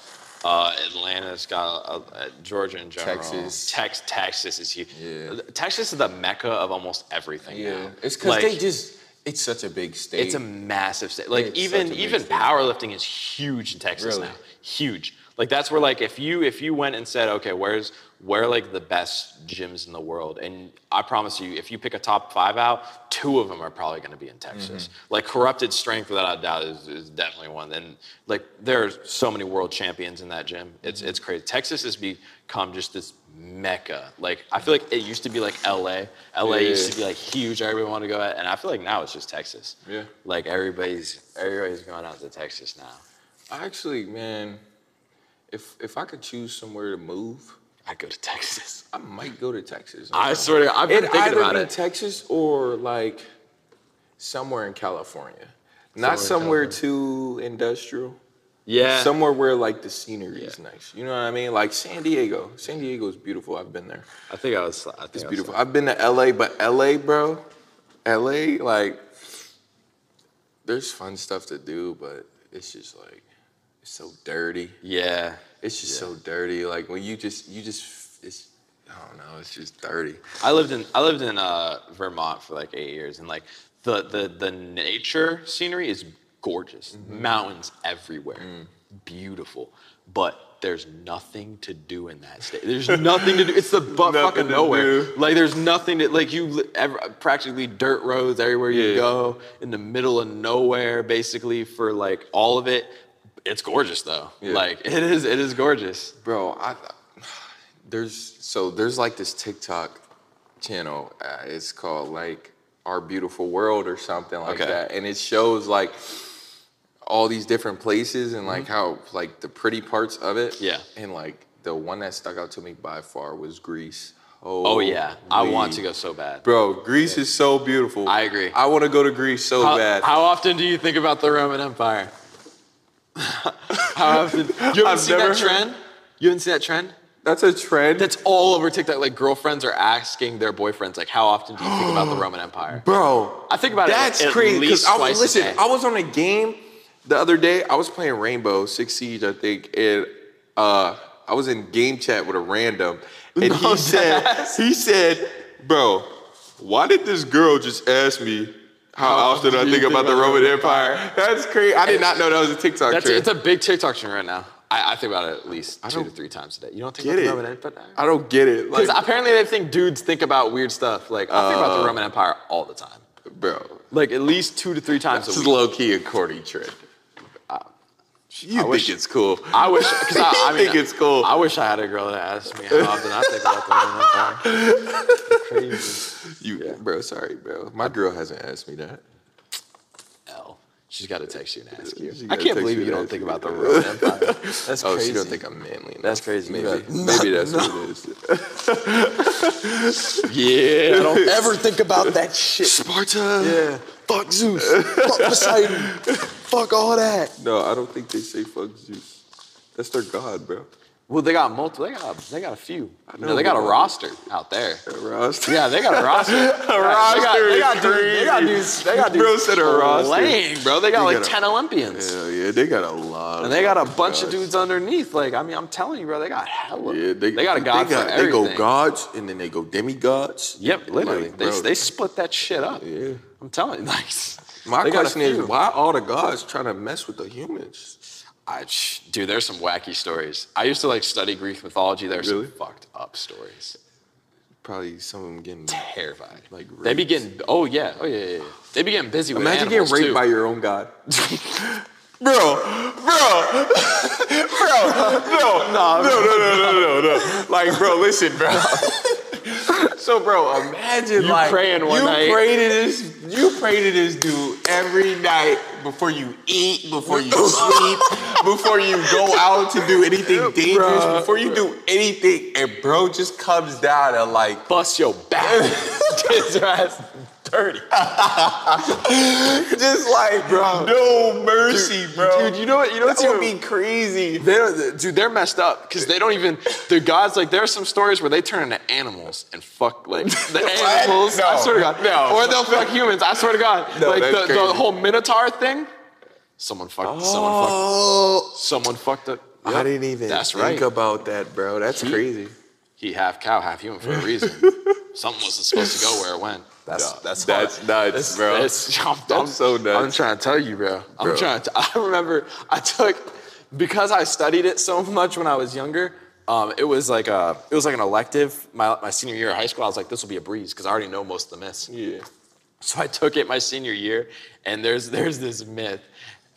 uh, Atlanta's got uh, uh, Georgia in general. Texas. Tex, Texas is huge. Yeah. Texas is the mecca of almost everything. yeah, now. it's because Like, they just. It's such a big state. It's a massive state. Like It's even such a big even state. powerlifting is huge in Texas Really? now. Huge. Like that's where like if you if you went and said okay where's where are, like the best gyms in the world and I promise you if you pick a top five out two of them are probably going to be in Texas Mm-hmm. like corrupted strength without a doubt is, is definitely one and like there are so many world champions in that gym it's Mm-hmm. it's crazy Texas has become just this mecca like I feel like it used to be like L.A. L.A. used to Yeah. be like huge everybody wanted to go at and I feel like now it's just Texas Yeah. like everybody's everybody's going out to Texas now. Actually, man, if if I could choose somewhere to move, I go to Texas. I might go to Texas. I swear to you, I've been It'd thinking either about be it. Texas or like somewhere in California, Somewhere not somewhere in too industrial. yeah. Somewhere where like the scenery is nice. You know what I mean? Like San Diego. San Diego is beautiful. I've been there. I think I was. I think It's beautiful. I've been to LA, but LA, bro, LA, like, there's fun stuff to do, but it's just like, it's so dirty. yeah. It's just so dirty. Like when you just you just it's I don't know. It's just dirty. I lived in I lived in uh, Vermont for like eight years, and like the the the nature scenery is gorgeous. Mm-hmm. Mountains everywhere, Mm. beautiful, but. There's nothing to do in that state. There's nothing to do. It's the butt Nothing fucking to nowhere. do. Like there's nothing to like you li- ever, practically dirt roads everywhere you Yeah. go in the middle of nowhere basically for like all of it. It's gorgeous though. Yeah. Like it is it is gorgeous. bro i there's so there's like this tiktok channel uh, it's called like our beautiful world or something like Okay. that and it shows like all these different places and like how like the pretty parts of it Yeah. and like the one that stuck out to me by far was greece Oh yeah. I want Holy- to go so bad. bro greece is so beautiful I agree. i want to go to greece so How, bad how often do you think about the Roman Empire? how often? You haven't I've seen never that heard- trend? You haven't seen that trend? that's a trend That's all over TikTok. Like girlfriends are asking their boyfriends, like, how often do you think about the Roman Empire? Bro, I think about it that's at crazy. 'cause least I was- twice a listen, day. I was on a game the other day. I was playing Rainbow Six Siege, I think, and uh, I was in game chat with a random, and he said, he said, bro, why did this girl just ask me how, often I do you think think about the about Roman Empire? That's crazy. I did not know that was a TikTok That's trend. it's a big TikTok trend right now. I, I think about it at least two to don't three times a day. You don't think get about the it. Roman Empire? I don't get it, like, Because apparently they think dudes think about weird stuff. Like I think Uh. about the Roman Empire all the time. bro. Like at least two to three times This a is week. low key a Cordy trend. you think wish- it's cool? I wish because I, I You mean, think it's cool. I wish I had a girl that asked me how often I think about the Roman Empire. Crazy. You, bro, sorry, bro. My girl hasn't asked me that. L. She's got to text you and ask you. She I can't gotta text believe you you and don't ask think you. about the Roman Empire. That's Oh, crazy. she don't think I'm manly. enough. That's crazy. Maybe, You maybe that's what it is. yeah, I don't ever think about that shit. Sparta. Yeah. Fuck Zeus. Fuck Poseidon. Fuck all that. No, I don't think they say fuck Zeus. That's their god, bro. Well, they got multiple. They got they got a few. You know, know, they got a but- roster out there. A roster. Yeah, they got a roster. a roster They is got, they got dudes. They got crazy. dudes. Bro said a roster. Playing, bro. They got They like got a- ten Olympians. Hell yeah, Oh they got a lot. And of they got a fucking bunch of gods. dudes underneath. Like, I mean, I'm telling you, bro, they got hella. Yeah, they, got a god they got, for They everything. go gods and then they go demigods. Yep, literally. Like, they, bro, they split that shit up. Yeah. I'm telling you, like, My they got a question is, few. why all the gods trying to mess with the humans? I, shh, dude, there's some wacky stories. I used to like study Greek mythology. There's Really? some fucked up stories. Probably some of them getting. Terrified. Like they be rapes. getting. Oh yeah. Oh yeah. yeah, yeah. They be getting busy with Imagine animals getting raped too. by your own god. Bro, bro, bro, no, no, no, no, no, no, no. Like, bro, listen, bro. So, bro, imagine You like praying one you night. pray to this, you You pray to this dude every night before you eat, before you sleep, before you go out to do anything dangerous, before you do anything, and bro just comes down and like Bust your back. Kids are ass dirty. just like bro. No mercy, bro. Dude, you know what? You know what's that would even- be crazy. They're, dude, they're messed up because they don't even. Their gods, like, there are some stories where they turn into animals and fuck, like, the animals. I No. swear to God. No. Or they'll fuck humans. I swear to God. No, like, that's the, the crazy. whole Minotaur thing. Someone fucked. Oh, Someone fucked. Someone fucked up. I didn't even That's think right. about that, bro. That's crazy. He half cow, half human for a reason. Something wasn't supposed to go where it went. That's No, that's that's hard. nuts, That's- bro. That's- I'm, I'm so nuts. I'm trying to tell you, bro. I'm Bro. trying to. I remember I took because I studied it so much when I was younger. Um, it was like a, it was like an elective. My, my senior year of high school, I was like, this will be a breeze because I already know most of the myths. Yeah. So I took it my senior year, and there's there's this myth,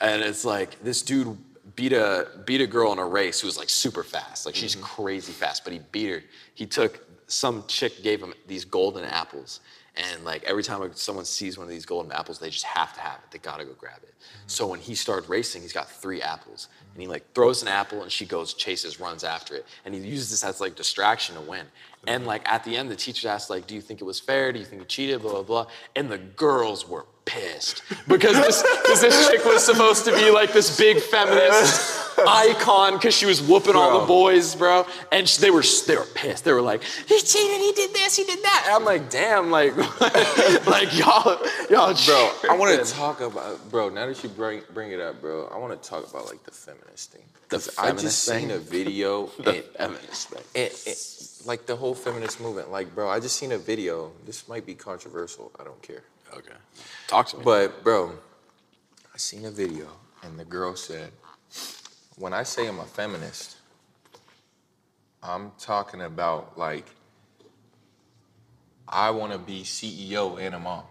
and it's like this dude beat a beat a girl in a race who was like super fast, like she's crazy fast, but he beat her. He took some chick gave him these golden apples, and like every time someone sees one of these golden apples, they just have to have it. They gotta go grab it. So when he started racing, he's got three apples, and he like throws an apple, and she goes chases, runs after it, and he uses this as like distraction to win. And like at the end, the teacher asked, like, "Do you think it was fair? Do you think you cheated?" Blah blah blah. And the girls were pissed because this because this chick was supposed to be like this big feminist icon because she was whooping all the Bro. boys, bro. And sh- they were s- they were pissed. They were like, "He cheated. He did this. He did that." And I'm like, "Damn, like, like y'all, y'all, Bro, I want tripping. to talk about, bro. Now that you bring bring it up, bro, I want to talk about like the feminist thing. The 'Cause I feminist just thing? seen a video the and, feminist thing." and, and like the whole feminist movement. Like, bro, I just seen a video. This might be controversial. I don't care. Okay, talk to me. But bro, I seen a video and the girl said, "When I say I'm a feminist, I'm talking about like I want to be CEO and a mom.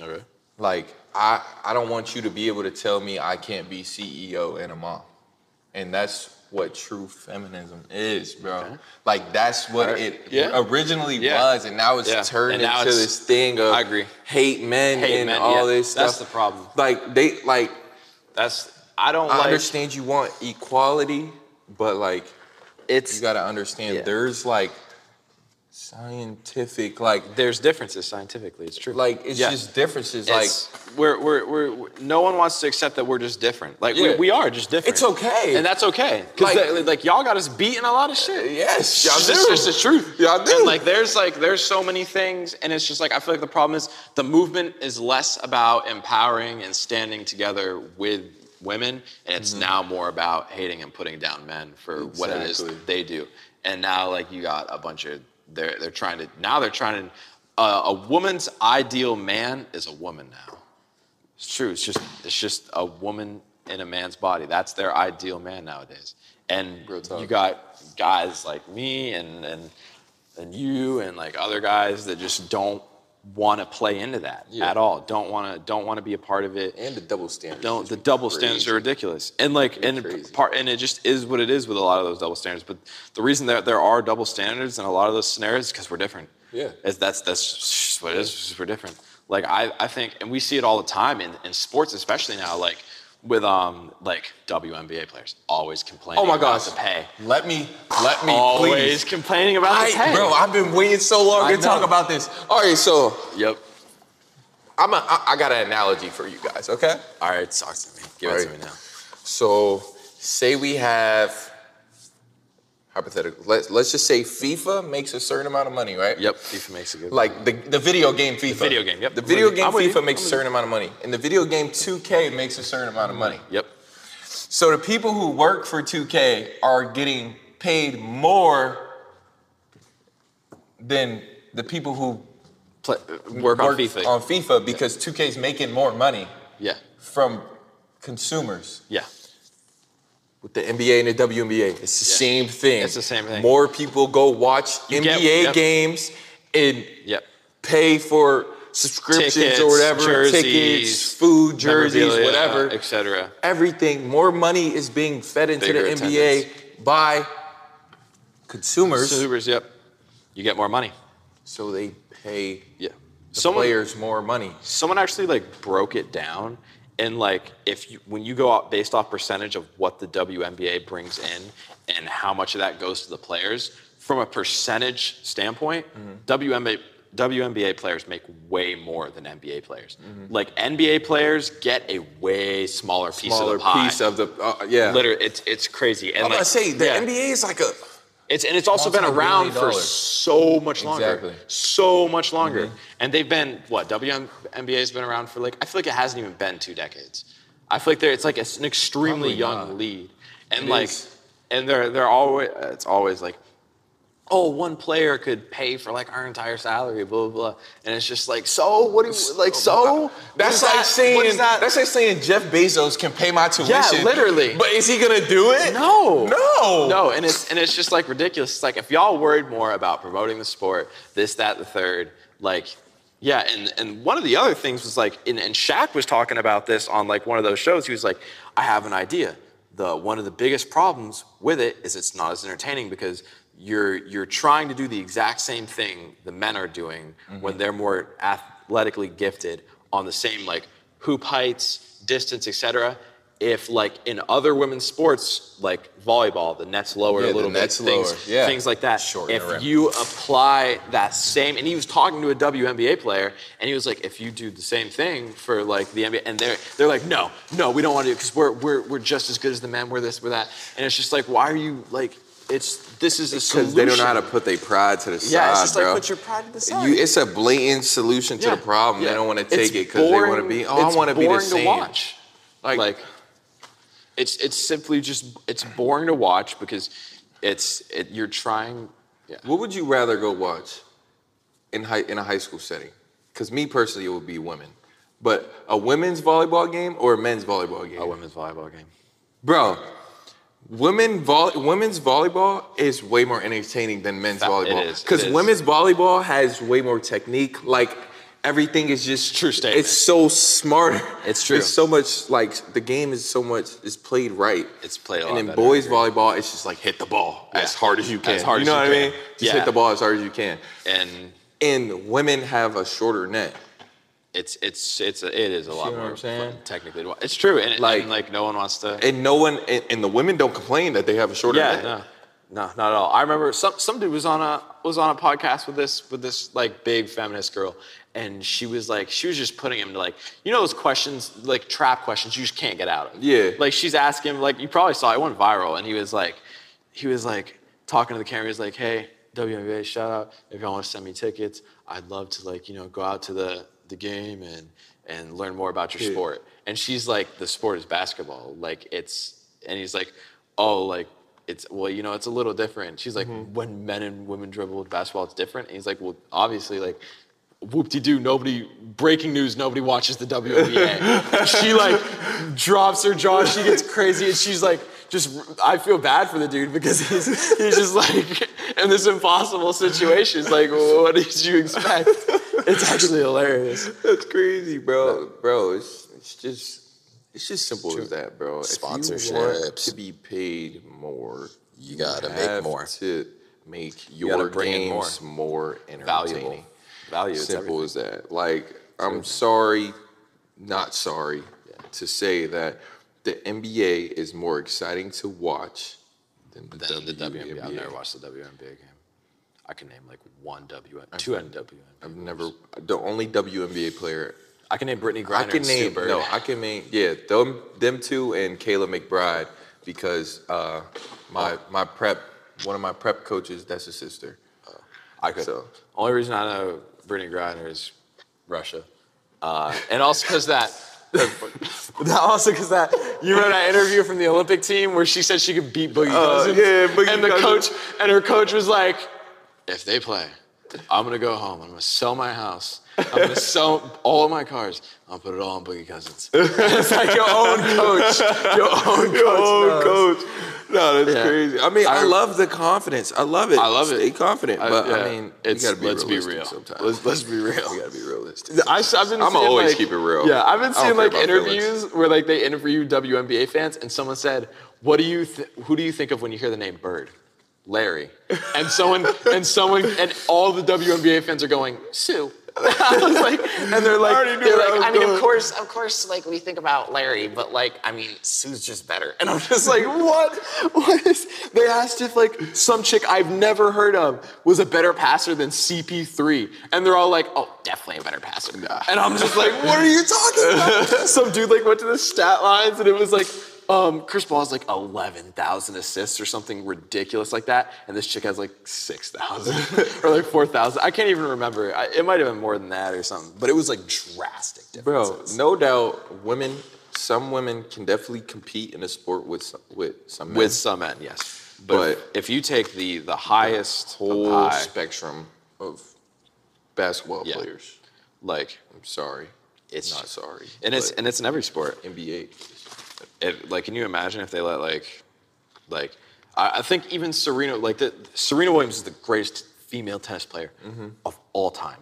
okay. Like I I don't want you to be able to tell me I can't be CEO and a mom. And that's what true feminism is, bro. Like that's what Alright. it Yeah. originally Yeah. was, and now it's Yeah. turned And now into it's- this thing of I agree. hate men Hate and men, all yeah. this stuff. That's the problem. Like they like That's I don't I like. understand you want equality, but like It's you gotta understand Yeah. there's like scientific like there's differences scientifically. It's true. like it's Yeah. just differences. It's- like we're, we're, we're, we're- no one wants to accept that we're just different. Like we, Yeah. we are just different. It's okay. and that's okay. Because Like- like, y'all got us beating a lot of shit. yes, Y'all, this is just the truth. Y'all do. And like there's like there's so many things, and it's just like I feel like the problem is the movement is less about empowering and standing together with women, and Mm-hmm. it's now more about hating and putting down men for what it is Exactly. they do. And now like you got a bunch of they're they're trying to now they're trying to uh, a woman's ideal man is a woman now. It's true. It's just it's just a woman in a man's body. That's their ideal man nowadays. And Real talk. you got guys like me and and and you and like other guys that just don't want to play into that Yeah. at all. Don't want to don't want to be a part of it. and the double standards. No, is the double standards crazy. are ridiculous, and like, They're and crazy. part, and it just is what it is with a lot of those double standards. But the reason that there are double standards in a lot of those scenarios is because we're different. Yeah. Is that's that's just what it is. it's just we're different. Like I, I think, and we see it all the time in, in sports, especially now, like with um like WNBA players always complaining. Oh my about gosh, the pay. Let me, let me, Always please. complaining about the I- pay. bro, I've been waiting so long I to talk know. about this. All right, so yep. I'm a, I, I got an analogy for you guys, okay? All right, talk to me. Give All it to right. me now. So, say we have hypothetical. Let's let's just say FIFA makes a certain amount of money, right? Yep. FIFA makes a good. Like the, the video game FIFA. video game, yep. The video I'm game with you. FIFA makes a certain amount of money, and the video game 2K makes a certain amount of money. yep. So the people who work for 2K are getting paid more than the people who Play, work, on FIFA. on FIFA because 2K is making more money yeah. from consumers. Yeah. With the NBA and the WNBA, it's the Yeah. same thing. It's the same thing. More people go watch get- NBA yep. games and Yep. pay for subscriptions Tickets, or whatever, jerseys, tickets, food, jerseys, memorabilia, uh, whatever. et cetera. everything, more money is being fed into Bigger the NBA by consumers. Subers, yep. You get more money. So they pay Yeah. Someone- players more money. someone actually like broke it down and like if you when you go out based off percentage of what the WNBA brings in and how much of that goes to the players from a percentage standpoint Mm-hmm. WNBA WNBA players make way more than NBA players. Mm-hmm. Like NBA players get a way smaller piece Smaller of the pie. piece of the uh, yeah. Literally, it's it's crazy. And I'm like, gonna say the yeah. NBA is like a It's and it's also been Multi-billion around for dollars. so much longer. Exactly. Mm-hmm. So much longer. And they've been what WNBA has been around for like I feel like it hasn't even been two decades. I feel like they're it's like it's an extremely Probably young not. lead, and It like is. and they're they're always it's always like. Oh, one player could pay for like our entire salary, blah blah, blah. and it's just like so. What do you like? So Oh That's What like is that? saying What is that? that's like saying Jeff Bezos can pay my tuition. literally. But is he gonna do it? No. No. No, and it's and it's just like ridiculous. It's like if y'all worried more about promoting the sport, this, that, the third, like yeah, and, and one of the other things was like, and, and Shaq was talking about this on like one of those shows. He was like, I have an idea. The one of the biggest problems with it is it's not as entertaining because you're you're trying to do the exact same thing the men are doing when they're more athletically gifted on the same like hoop heights, distance, etc if like in other women's sports like volleyball the net's lower Yeah, a the little bit net's things, lower, yeah. things like that Shorten the if rim. you apply that same and he was talking to a WNBA player and he was like if you do the same thing for like the NBA and they're they're like no no we don't want to do because we're, we're we're just as good as the men we're this we're that and it's just like why are you like it's this is a Because solution they don't know how to put their pride to the side, yeah it's just like bro. put your pride to the side You- it's a blatant solution to Yeah, the problem. yeah. They don't want to It's take it because they want to boring- be. Oh, it's I want to be the boring same. watch. Like, like it's it's simply just it's boring to watch because it's it, you're trying yeah what would you rather go watch in high in a high school setting? Because me personally, it would be women. But a women's volleyball game or a men's volleyball game? a women's volleyball game Bro, women vol- women's volleyball is way more entertaining than men's Fa- it volleyball. is, it Because is. women's volleyball has way more technique. Like everything is just True statement. It's so smart. It's true. It's so much like the game is so much is played right. It's played a lot And in better, Oh, I boys agree. volleyball, it's just like hit the ball Yeah. as hard as you can. As hard you as know you what I can. mean? Just Yeah. hit the ball as hard as you can. and And women have a shorter net. it's it's it's a, it is a lot what more I'm saying? fun technically to watch. it's true and like Like- and like no one wants to And no one and, and the women don't complain that they have a shorter yeah net. no no not at all I remember some some dude was on a was on a podcast with this with this like big feminist girl and she was like she was just putting him to like you know those questions like trap questions you just can't get out of Yeah. like she's asking him like you probably saw it, it went viral and he was like he was like talking to the camera he was like hey WNBA shout out if y'all want to send me tickets I'd love to like you know go out to the the game and and learn more about your Yeah. sport and she's like the sport is basketball like it's and he's like oh like it's well you know it's a little different she's like when men and women dribble with basketball it's different and he's like well obviously like whoop-de-doo nobody breaking news nobody watches the WNBA she like drops her jaw she gets crazy and she's like just I feel bad for the dude because he's he's just like in this impossible situation it's like what did you expect it's actually hilarious That's crazy, bro. Bro, it's it's just it's just simple as that, bro. If you want Sponsorships. to be paid more, you gotta make have more. To make gotta your bring in more. games more, entertaining. valuable value it's Simple everything. as that. Like I'm sorry, not sorry, to say that the NBA is more exciting to watch than the, than the WNBA. WNBA. I've never watched the WNBA game. I can name like one W, two NWNBA. I've never the only WNBA player I can name Brittany Griner. I can and Sue name Bird. no, I can name yeah, them them two and Kayla McBride because uh, my my prep one of my prep coaches that's his sister. I could. so. Only reason I know Brittany Griner is Russia, uh, and also because that. also because that you read that interview from the Olympic team where she said she could beat Boogie Uh, Cousins, yeah, Boogie and the Cousins. coach and her coach was like, "If they play, I'm gonna go home. I'm gonna sell my house. I'm gonna sell all of my cars. I'll put it all on Boogie Cousins." it's like your own coach, your own coach. knows. Oh, coach. No, that's Yeah. crazy. I mean, I, I- love the confidence. I love it. I love it. Stay confident, I- but yeah. I mean, It's- you gotta be let's be realistic real. sometimes. Let's- let's be real. You gotta be realistic. I, have been. I'ma seeing, always like- keep it real. Yeah, I've been I don't seeing care like about interviews feelings. where like they interview WNBA fans, and someone said, "What do you? Th- who do you think of when you hear the name Bird?" Larry. And someone, and someone, and all the WNBA fans are going Sue. I was like, And they're like, I, they're like, I mean, of course, of course, like we think about Larry, but like, I mean, Sue's just better. And I'm just like, like what? What is? They asked if like some chick I've never heard of was a better passer than CP3, and they're all like, oh, definitely a better passer. and I'm just like, what are you talking about? some dude like went to the stat lines, and it was like. Um, Chris Paul has like 11,000 assists or something ridiculous like that, and this chick has like 6,000 or like 4,000. I can't even remember. I, it might have been more than that or something, but it was like drastic Bro, differences. no doubt, women. Some women can definitely compete in a sport with some, with some men. with some end, yes. But, But- if you take the the highest whole of high, spectrum of basketball Yeah. players. like I'm sorry, It's- not sorry, and it's but and it's in every sport. NBA. If, like, can you imagine if they let like, like, I, I think even Serena, like, the, Serena Williams is the greatest female tennis player Mm-hmm. of all time.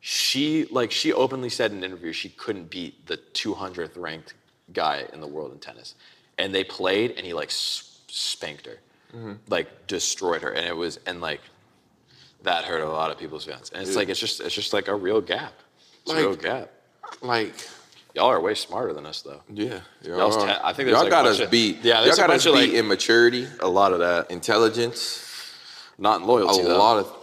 She like she openly said in an interview she couldn't beat the 200th ranked guy in the world in tennis, and they played and he like s- spanked her, Mm-hmm. like destroyed her, and it was and like. That hurt a lot of people's feelings, and it's like it's just it's just like a real gap. It's a real Like- gap. Like, Y'all are way smarter than us, though. yeah, Y'all's te- I think there's y'all like got a bunch us of- beat. Yeah, y'all there's a got bunch us of, like- beat in maturity, A lot of that, intelligence, not in a loyalty. though. lot of.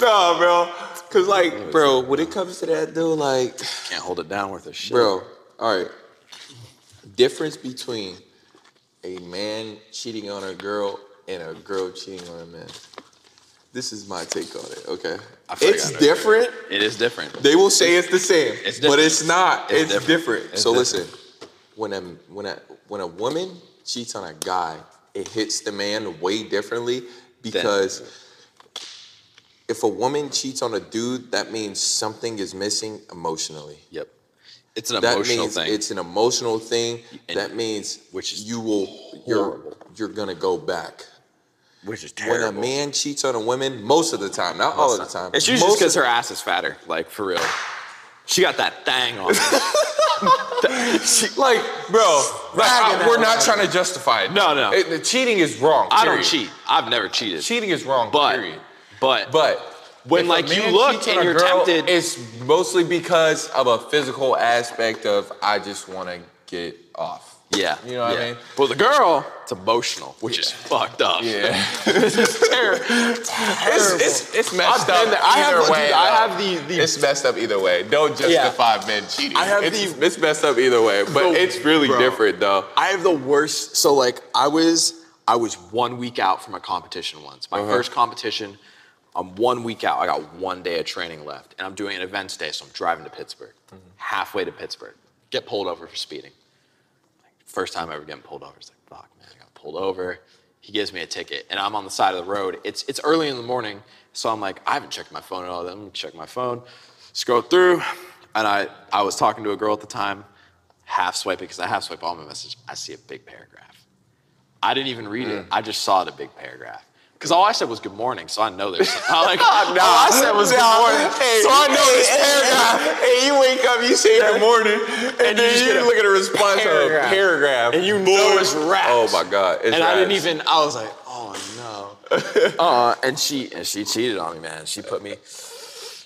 no, bro, cause like, bro, when it comes to that, dude, like. can't hold it down worth a shit. Bro, all right. Difference between a man cheating on a girl and a girl cheating on a man. This is my take on it, okay? I forgot It's it. different. it is different. They will say it's the same, It's but different. it's not. It's It's, different. different. It's so different. listen, when a when a when a woman cheats on a guy, it hits the man way differently because if a woman cheats on a dude, that means something is missing emotionally Yep, it's an that emotional means thing. it's an emotional thing. And- that means which is you will you're horrible. you're gonna go back. which is When a man cheats on a woman, most of the time, not all of the time. It's usually just most because of- her ass is fatter, like for real. She got that thang on. like, bro, like, I- Ragging we're ass. not trying to justify it. No, no. It- the cheating is wrong. I don't period. cheat. I've never cheated. Cheating is wrong. but, period. but But When, if a like, you man look cheats and on a you're tempted- it's mostly because of a physical aspect of I just want to get off. yeah, You know what yeah. I mean? But the girl, it's emotional, which is fucked up. Yeah. It's- It's, it's, it's messed I've been up there. I have- either dude, way. I though. have the- the- It's messed up either way. Don't justify men cheating. I have it's, the- It's messed up either way, but Bro, it's really bro. different though. I have the worst. So like I was I was one week out from a competition once. My first competition, I'm one week out. I got one day of training left, and I'm doing an events day, so I'm driving to Pittsburgh. Halfway to Pittsburgh, get pulled over for speeding. Like, first time ever getting pulled over. It's like fuck, man, I got pulled over. He gives me a ticket, and I'm on the side of the road. It's it's early in the morning, so I'm like, I haven't checked my phone at all. Let me check my phone. Scroll through, and I I was talking to a girl at the time half swipe it because I half swipe all my messages. I see a big paragraph. I didn't even read it. I just saw the big paragraph. Because all I said was good morning, so I know there's. I like, all I said was good morning, so I know this paragraph. Hey, you wake up, you say in the morning, and, you just get a at a response paragraph. paragraph, And you know Boy. it's raps. Oh my god! It's and I didn't raps. even. I was like, oh no. uh, and she and she cheated on me, man. She put me.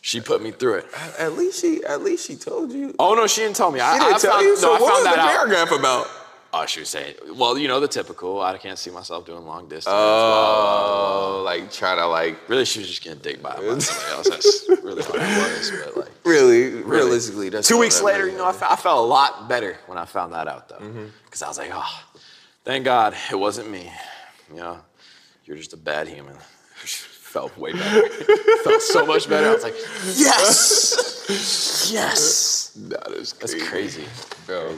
She put me through it. At least she, at least she told you. Oh no, she didn't tell me. I, she didn't I tell found, you. No, so I what was found the that out. paragraph about? Oh, she was saying, well, you know the typical. I can't see myself doing long distance. Uh, Oh, like trying to like Really, she was just getting digged by by somebody else. That's really what it was. But like, really, realistically. That's Two all weeks that later, really you know, I, fe- I felt a lot better when I found that out though, because Mm-hmm. I was like, oh, "Ah, thank God it wasn't me. You know, you're just a bad human. Felt way better. Felt so much better. I was like, yes, yes. That is that's crazy. crazy. Bro.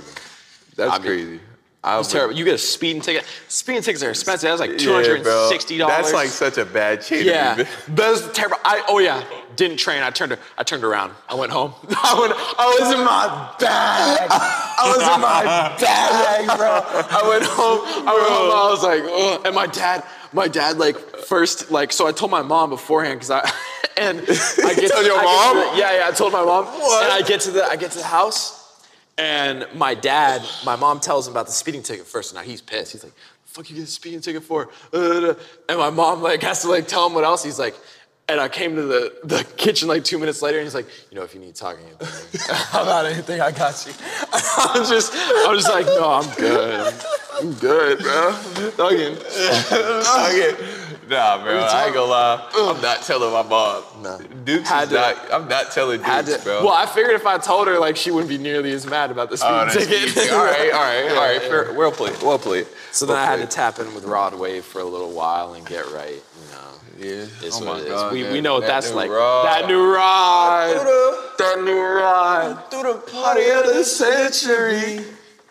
That's I mean, crazy. I It's terrible. You get a speeding ticket. Speeding tickets are expensive. That's like two hundred and sixty dollars. That's like such a bad cheat. yeah. That's terrible. I oh yeah, didn't train. I turned I turned around. I went home. I went. I was in my bag. I was in my bag, bro. I went home. I went home. I was like, Ugh. and my dad. My dad like first like so I told my mom beforehand because I and I get to, told your I get mom? to the- yeah yeah I told my mom and I get to the I get to the house and my dad, my mom tells him about the speeding ticket first. and Now he's pissed. He's like, fuck you get a speeding ticket for? Uh, And my mom like has to like tell him what else he's like. And I came to the, the kitchen like two minutes later, and he's like, you know, if you need talking about anything, I got you. I'm just, I'm just like, no, I'm good. I'm good, bro. Thugging. Okay. Nah, bro. I ain't gonna lie. I'm not telling my mom. Nah. Dukes Had is to- not. I'm not telling Dukes, Had to- bro. well, I figured if I told her, like, she wouldn't be nearly as mad about the speeding Oh, that's ticket. easy. all right, all right, all right. Fair, well played. Well played. So then I had to tap in with Rod Wave for a little while and get right, you know. Yeah. It's what oh my it is. God. we, that- we know what that that's new like. Rod. That new Through ride. the- That new Rod. through the party of the century.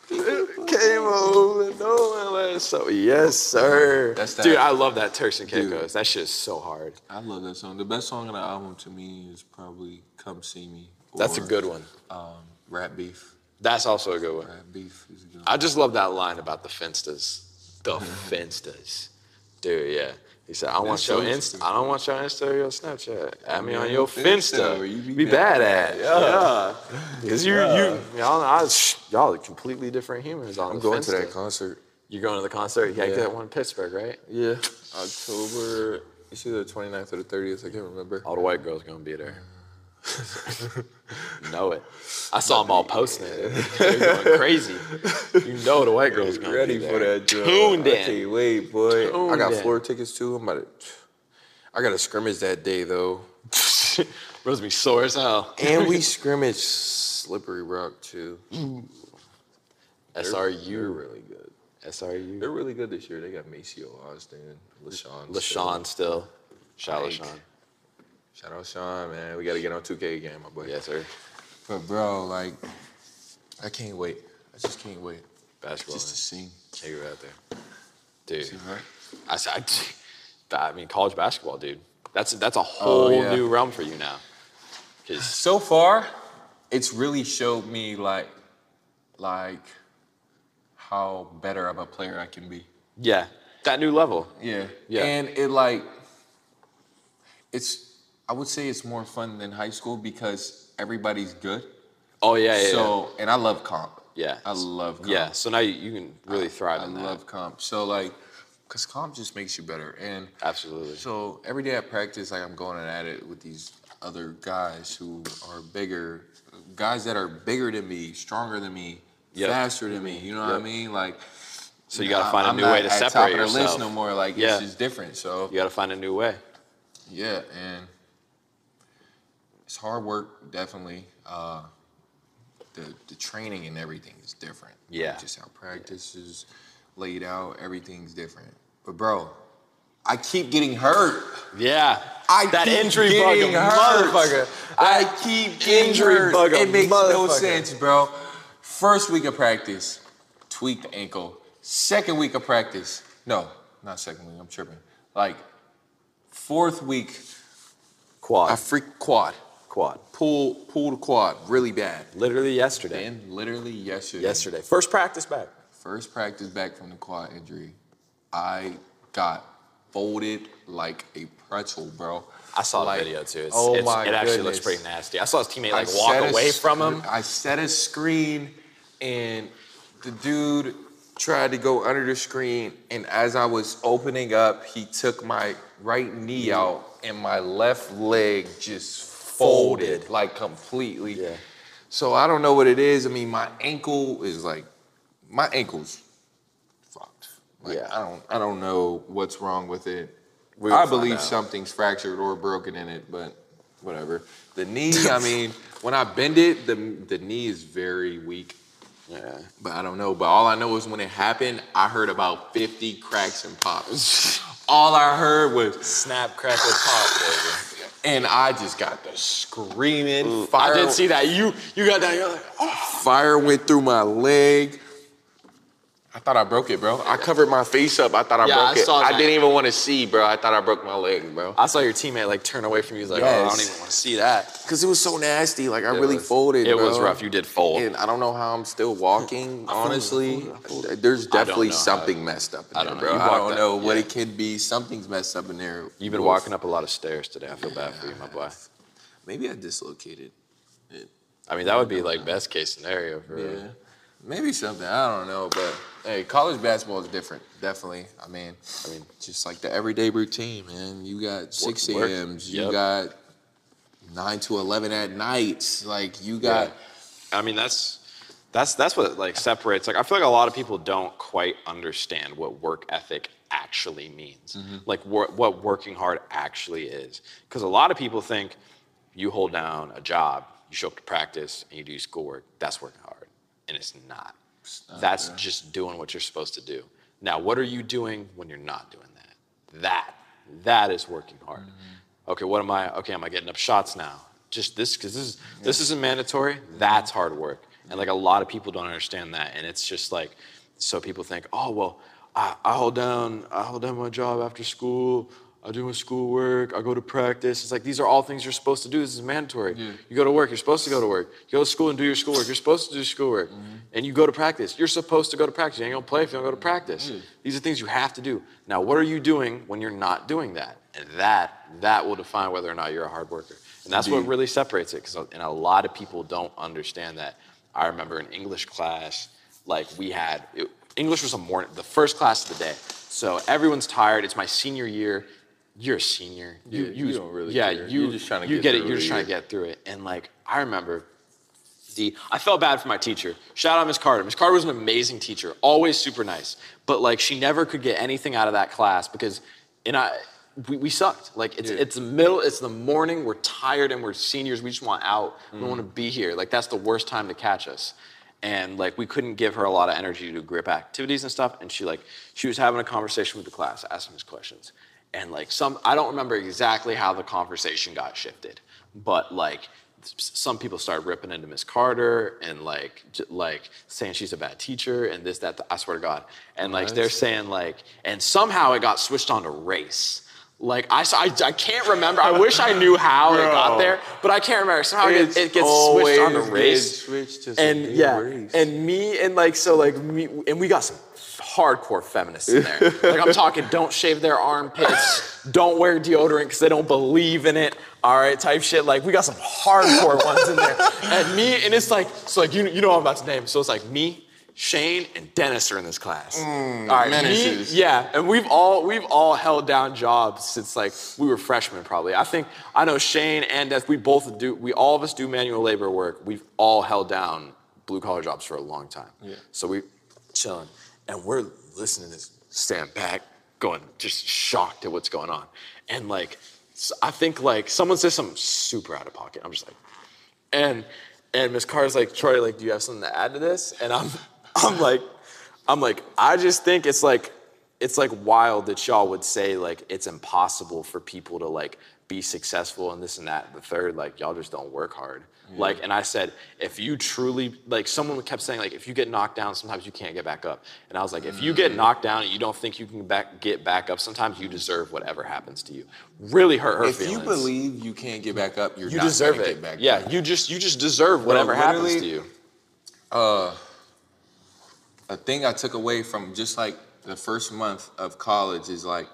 Came over, no LS. So yes, sir. That's that- Dude, I love that Turks and Dude. Caicos. That shit is so hard. I love that song. The best song on the album to me is probably "Come See Me." That's a or, good one. Um, Rat Beef. That's also a good one. Rat Beef is a good. One. I just love that line about the finstas. The finstas. Dude, yeah. He said, I want That's your so Insta. interesting. I don't want your Insta or your Snapchat. Add me me on on your your Finsta, Finsta. or you be, be bad at. Yeah. Because you, you, y'all, I, y'all are completely different humans on I'm the going to Finsta. that concert. You're going to the concert? Yeah, Yeah. that one in Pittsburgh, right? Yeah, October. It's either the 29th or the 30th. I can't remember. All the white girls gonna be there. know it. I saw them all posting it. They're going crazy. You know the white girls gonna ready be for there. that. Joe. Tuned I in. can't wait, boy. I got Tuned in. floor tickets too. I'm about to. I got a scrimmage that day though, Rose be sore as hell. and we scrimmage Slippery Rock too. They're SRU. really good. They're SRU. really good this year. They got Maceo Austin, LaShawn. LaShawn still. Shout out Like- LaShawn. Shout out Sean, man. We got to get on 2K again, my boy. Yes, sir. But bro, like, I can't wait. I just can't wait Basketball. just to see. Take it out there. Dude. See, right? I, s- I, I mean, college basketball, dude. That's, that's a whole Oh, yeah. new realm for you now. 'Cause So far, it's really showed me like, like, how better of a player I can be. Yeah, that new level. Yeah. Yeah. And it like it's I would say it's more fun than high school because everybody's good. Oh yeah, yeah. so and I love comp. yeah, I love comp. Yeah, so now you, you can really thrive I in that. love comp. So like cuz comp just makes you better and Absolutely. so every day at practice like I'm going at it with these other guys who are bigger guys that are bigger than me, stronger than me, Yep. faster than me, you know what Yep. I mean? Like So you got to I- find a I'm new not way to at top separate of the yourself. list no more like Yeah. it's just different. So You got to find a new way. yeah, and it's hard work, definitely. Uh, the the training and everything is different. Like, Yeah. just how practice is laid out, everything's different. But bro, I keep getting hurt. Yeah. I that keep injury bug, getting a hurt. motherfucker. I keep getting injury hurt. bug a It makes no motherfucker. sense, bro. First week of practice, tweaked ankle. Second week of practice, no, not second week. I'm tripping. Like fourth week, Quad, I freak quad. quad. Pull, pull the quad really bad. Literally yesterday. Then literally yesterday, Yesterday, first practice back. first practice back from the quad injury, I got folded like a pretzel, bro. I saw Like, the video too. It's, oh it's, my it actually looks goodness. pretty nasty. I saw his teammate I like walk set a away sc- from him. I set a screen, and the dude tried to go under the screen. And as I was opening up, he took my right knee out, and my left leg just folded, Folded. like completely. Yeah. So I don't know what it is. I mean, my ankle is like, my ankle's fucked. Like, Yeah. I don't, I don't know what's wrong with it. will I find believe out. something's fractured or broken in it, but whatever. The knee, I mean, when I bend it, the the knee is very weak. Yeah. But I don't know. But all I know is when it happened, I heard about 50 cracks and pops. all I heard was, Snap, crackle, pop, baby. and I just got the screaming. I fire did see that. You you got that. You're like, oh. fire went through my leg. I thought I broke it, bro. I covered my face up. I thought I Yeah, broke I it. saw I that. didn't even want to see, bro. I thought I broke my leg, bro. I saw your teammate like turn away from you. He's like, oh, I don't Yes. even want to see that. Cause it was so nasty. Like I It really was- folded. It was bro. rough. You did fold. And I don't know how I'm still walking. honestly, there's definitely know how- something messed up in I there, don't know. bro. You I walked don't up- know what yeah. it could be. Something's messed up in there. You've been Oof. walking up a lot of stairs today. I feel bad for you, my boy. Maybe I dislocated. I mean, that would be like best case scenario for Yeah. Maybe something. I don't know, but Hey, college basketball is different, definitely. I mean, I mean, just like the everyday routine, man. You got six work. a.m.s, you Yep. got nine to eleven at nights. Like you got I mean, that's that's that's what like separates. Like, I feel like a lot of people don't quite understand what work ethic actually means. Like, wor- what working hard actually is. Because a lot of people think you hold down a job, you show up to practice, and you do schoolwork. That's working hard, and it's not. that's just doing what you're supposed to do. Now, what are you doing when you're not doing that? That that is working hard. Okay, what am I? Okay, am I getting up shots now? Just this because this is this isn't mandatory. That's hard work, and like a lot of people don't understand that, and it's just like so people think, oh well, I, I hold down I hold down my job after school. I do my schoolwork. I go to practice. It's like these are all things you're supposed to do. This is mandatory. You go to work. You're supposed to go to work. You go to school and do your schoolwork. You're supposed to do schoolwork. And you go to practice. You're supposed to go to practice. You ain't gonna play if you don't go to practice. These are things you have to do. Now, what are you doing when you're not doing that? And that that will define whether or not you're a hard worker. And that's what really separates it. Because and a lot of people don't understand that. I remember in English class, like we had it, English was a morning, the first class of the day. So everyone's tired. It's my senior year. You're a senior. You, you don't really Yeah, care. you You're just trying to you get get it. through You're the just trying to year. get through it. And like I remember the I felt bad for my teacher. Shout out Miss Carter. Miss Carter was an amazing teacher, always super nice. But like she never could get anything out of that class because and I we, we sucked. Like it's it's the middle, it's the morning, we're tired and we're seniors, we just want out. We don't want to be here. Like that's the worst time to catch us. And like we couldn't give her a lot of energy to do grip activities and stuff. And she like she was having a conversation with the class, asking us questions. And like some I don't remember exactly how the conversation got shifted, but like s- some people started ripping into Miss Carter and like j- like saying she's a bad teacher and this that th- I swear to God and like they're saying like and somehow it got switched onto race. Like I, s- I, I can't remember. I wish I knew how it got there, but I can't remember. Somehow it, gets- it gets switched onto always race. gets switched to some and damn yeah, race. and me and like so like me and we got some hardcore feminists in there. like I'm talking, don't shave their armpits, don't wear deodorant because they don't believe in it. All right, type shit. Like we got some hardcore ones in there. And me and it's like so like you you know what I'm about to name. So it's like me. Shane and Dennis are in this class. all right, me, Mm, menaces. yeah, and we've all we've all held down jobs since like we were freshmen, probably. I think I know Shane and Dennis. We both do. We all of us do manual labor work. We've all held down blue collar jobs for a long time. Yeah. So we chilling, and we're listening to this stand back, going just shocked at what's going on, and like s- I think like someone says something super out of pocket. I'm just like, and and Miss Carr's like, Troy, like, do you have something to add to this? And I'm I'm like, I'm like, I just think it's like it's like wild that y'all would say like it's impossible for people to like be successful and this and that. The third, like y'all just don't work hard. Like, and I said, if you truly like someone kept saying, like, if you get knocked down, sometimes you can't get back up. And I was like, if you Mm. get knocked down and you don't think you can back get back up, sometimes you deserve whatever happens to you. Really hurt her if feelings. you believe you can't get back up, you're you not deserve gonna it. Get back yeah, up. you just you just deserve whatever happens to literally- you. a thing I took away from just like the first month of college is like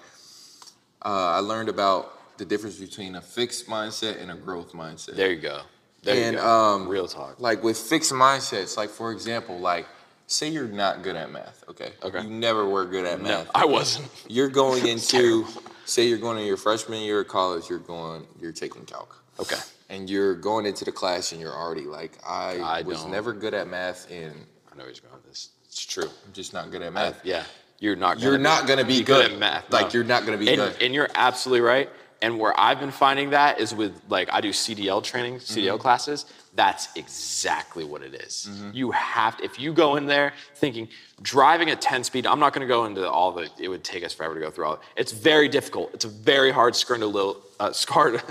uh, I learned about the difference between a fixed mindset and a growth mindset. There you go. There And, you go. um, Real talk. Like with fixed mindsets, like for example, like say you're not good at math, okay? Okay. You never were good at No, math. I wasn't. You're going into say you're going to your freshman year of college, you're going you're taking calc. Okay. And you're going into the class and you're already like I, I was don't- never good at math and I know where he's going with this. It's true. I'm just not good at I- math. yeah. You're not. Gonna You're be- not gonna be be good. at math. Like, you're not gonna be and, good. And you're absolutely right. And where I've been finding that is with like I do CDL training, Mm-hmm. CDL classes. That's exactly what it is. Mm-hmm. You have to, if you go in there thinking driving at 10 speed, I'm not going to go into all the. It would take us forever to go through all. It. It's very difficult. It's a very hard skill to lil, uh, scar to-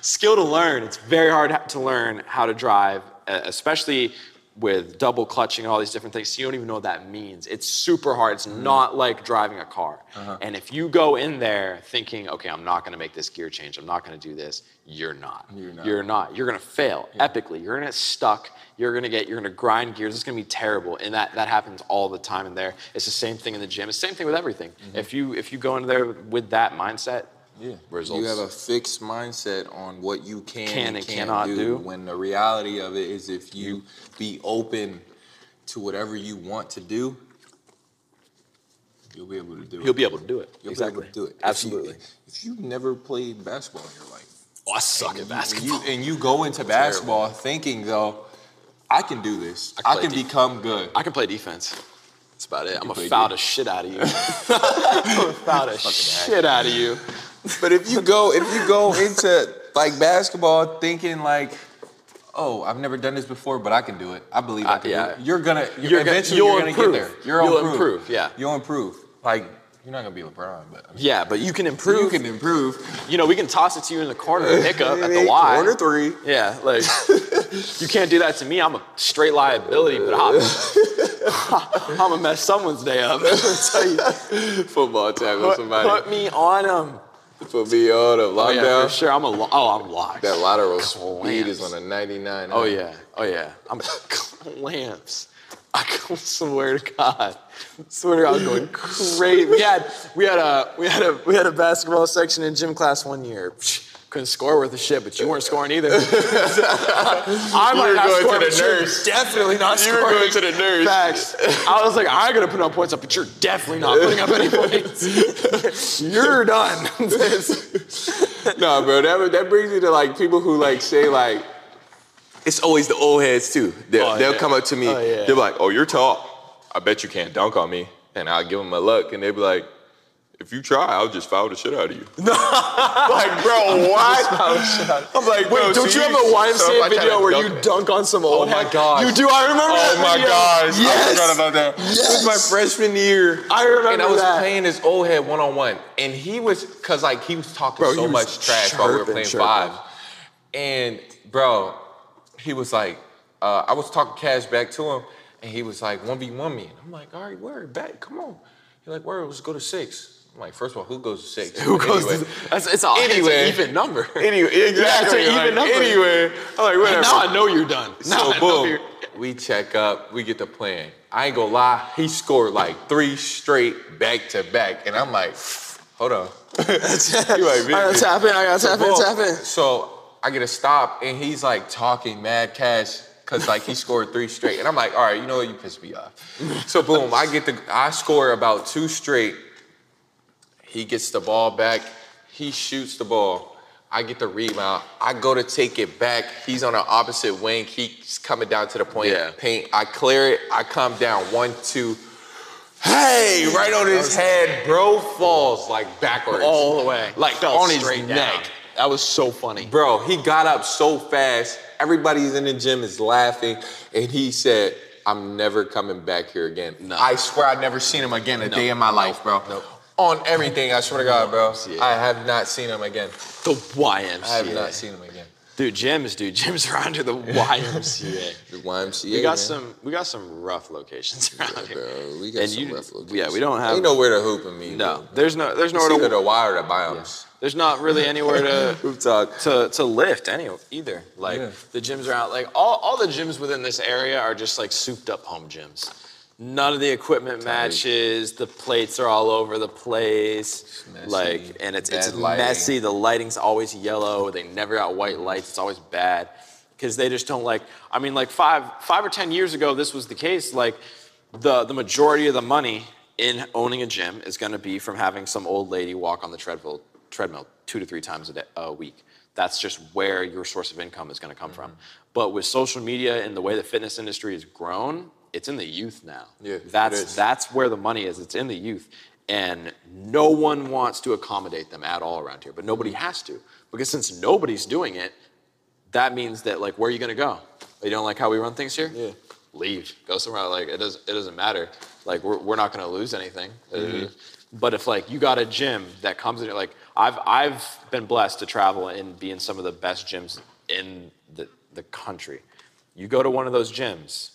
skill to learn. It's very hard ha- to learn how to drive, e- especially with double clutching and all these different things. So you don't even know what that means. It's super hard. Mm-hmm. It's not like driving a car. Uh-huh. And if you go in there thinking, okay, I'm not going to make this gear change, I'm not going to do this, you're not. You're not. You're not. You're going to fail epically. You're going to get stuck. You're going to get, you're going to grind gears. It's going to be terrible. And that, that happens all the time in there. It's the same thing in the gym. It's the same thing with everything. Mm-hmm. If you, if you go in there with that mindset, Yeah. results. You have a fixed mindset on what you can, Can and, and can't cannot do, do. When the reality of it is, if you be open to whatever you want to do, You'll be able to do it. He'll be able to do it. You'll exactly. be able to do it. If you- Absolutely. If, you, have never played basketball in your life, Oh, I suck at and basketball. you, and you go into basketball thinking though, I can do this. I I can can, play defense. become good. I can play defense. That's about it. I'm gonna play foul the defense. shit out of you. I'm gonna foul the shit out of you. But if you go, if you go into like basketball thinking like, oh, I've never done this before, but I can do it. I believe I Uh, can yeah. do it. You're gonna You're gonna- eventually you'll you're gonna improve. get there. You're You'll improve. improve, yeah. You'll improve. Like you're not gonna be LeBron, but I mean, Yeah, but you can improve. you can improve. You know, we can toss it to you in the corner and pick up at the Y. Corner three. Yeah, like you can't do that to me. I'm a straight liability, but I'm, I'm gonna mess someone's day up. Tell you, Football tackle put, somebody. put me on them. Put me on a Oh, lockdown. yeah, for sure. Oh, I'm a. Lo- oh, I'm locked. That lateral Clamps. speed is on a 99. Oh yeah, oh yeah. I'm clamps. I can swear to God, swear to God, I was going crazy. We had we had a we had a we had a basketball section in gym class one year. Couldn't score worth a shit, but you weren't scoring either. I might were not going to score, the but you're nurse. Definitely not You were scoring. going to the nurse. Facts. I was like, I'm gonna put up points up, but you're definitely not putting up any points. you're done. No, bro, that, that brings me to like people who like say like, it's always the old heads too. They'll, Oh, they'll yeah. come up to me. Oh, yeah. They're like, oh, you're tall. I bet you can't dunk on me. And I'll give them a look and they'll be like, if you try, I'll just foul the shit out of you. like, bro, why? I'm like, bro, Wait, don't so you have a so if I YMCA try to video where you dunk- Oh dunk on some old? my head? gosh. You do. I remember that Oh my video. gosh. I Yes. forgot about that. It was my freshman year. I remember and I was that. playing this old head one on one, and he was because like he was talking Bro, so he was much trash while we were chirping, playing chirping. five, and bro, he was like, uh, I was talking cash back to him, and he was like one v one me, and I'm like, all right, word, back, come on. He's like, word, let's go to six. I'm like, first of all, who goes to six? Who goes? Anyway. to, that's, it's, a, Anyway. it's an even number. Anyway, exactly. even like, number. Anyway, I'm like, whatever. now I know you're done. Now So I know boom, you're- we check up, we get the plan. I ain't gonna lie, he scored like three straight back to back, and I'm like, hold on. You like, I gotta "Bitch, tap in. I gotta tap in. Tap in. So I get a stop, and he's like talking mad cash because like he scored three straight, and I'm like, all right, you know what, you pissed me off. So boom, I get the I score about two straight. He gets the ball back, he shoots the ball. I get the rebound. I go to take it back. He's on the opposite wing. He's coming down to the point. Yeah. Paint. I clear it. I come down. One, two. Hey, right on his head, bro. Falls like backwards. All the way. Like Fell on his straight down. neck. That was so funny. Bro, he got up so fast. Everybody's in the gym is laughing, and he said, "I'm never coming back here again." No. I swear, I never seen him again a day in my life, bro. Nope. On everything, I swear to God, bro. Yeah. I have not seen him again. The I have not YMCA. seen him again. Dude, gyms, dude, gyms are under the YMCA. The YMCA. We man. got some, we got some rough locations around here. Bro, we got And some you- rough locations. Yeah, we don't have. Ain't nowhere to hoop in me. no, there's no, there's It's nowhere either to. the Y or the biomes. There's not really anywhere to Hoop talk. to to lift any either. Like Yeah. the gyms are out. Like all, all the gyms within this area are just like souped up home gyms. None of the equipment matches. The plates are all over the place. messy. Like and it's it's Bad lighting. messy. The lighting's always yellow. They never got white lights. It's always bad because they just don't like. I mean, like five five or ten years ago, this was the case. Like the the majority of the money in owning a gym is going to be from having some old lady walk on the treadmill treadmill two to three times a, day, a week. That's just where your source of income is going to come from. Mm-hmm. But with social media and the way the fitness industry has grown, it's in the youth now. Yeah, that's it is. that's where the money is. It's in the youth, and no one wants to accommodate them at all around here. But nobody has to because since nobody's doing it, that means that like where are you gonna go? You don't like how we run things here? Yeah. Leave. Go somewhere. Like it doesn't it doesn't matter. Like we're, we're not gonna lose anything. Uh, But if like you got a gym that comes in like I've I've been blessed to travel and be in some of the best gyms in the, the country. You go to one of those gyms,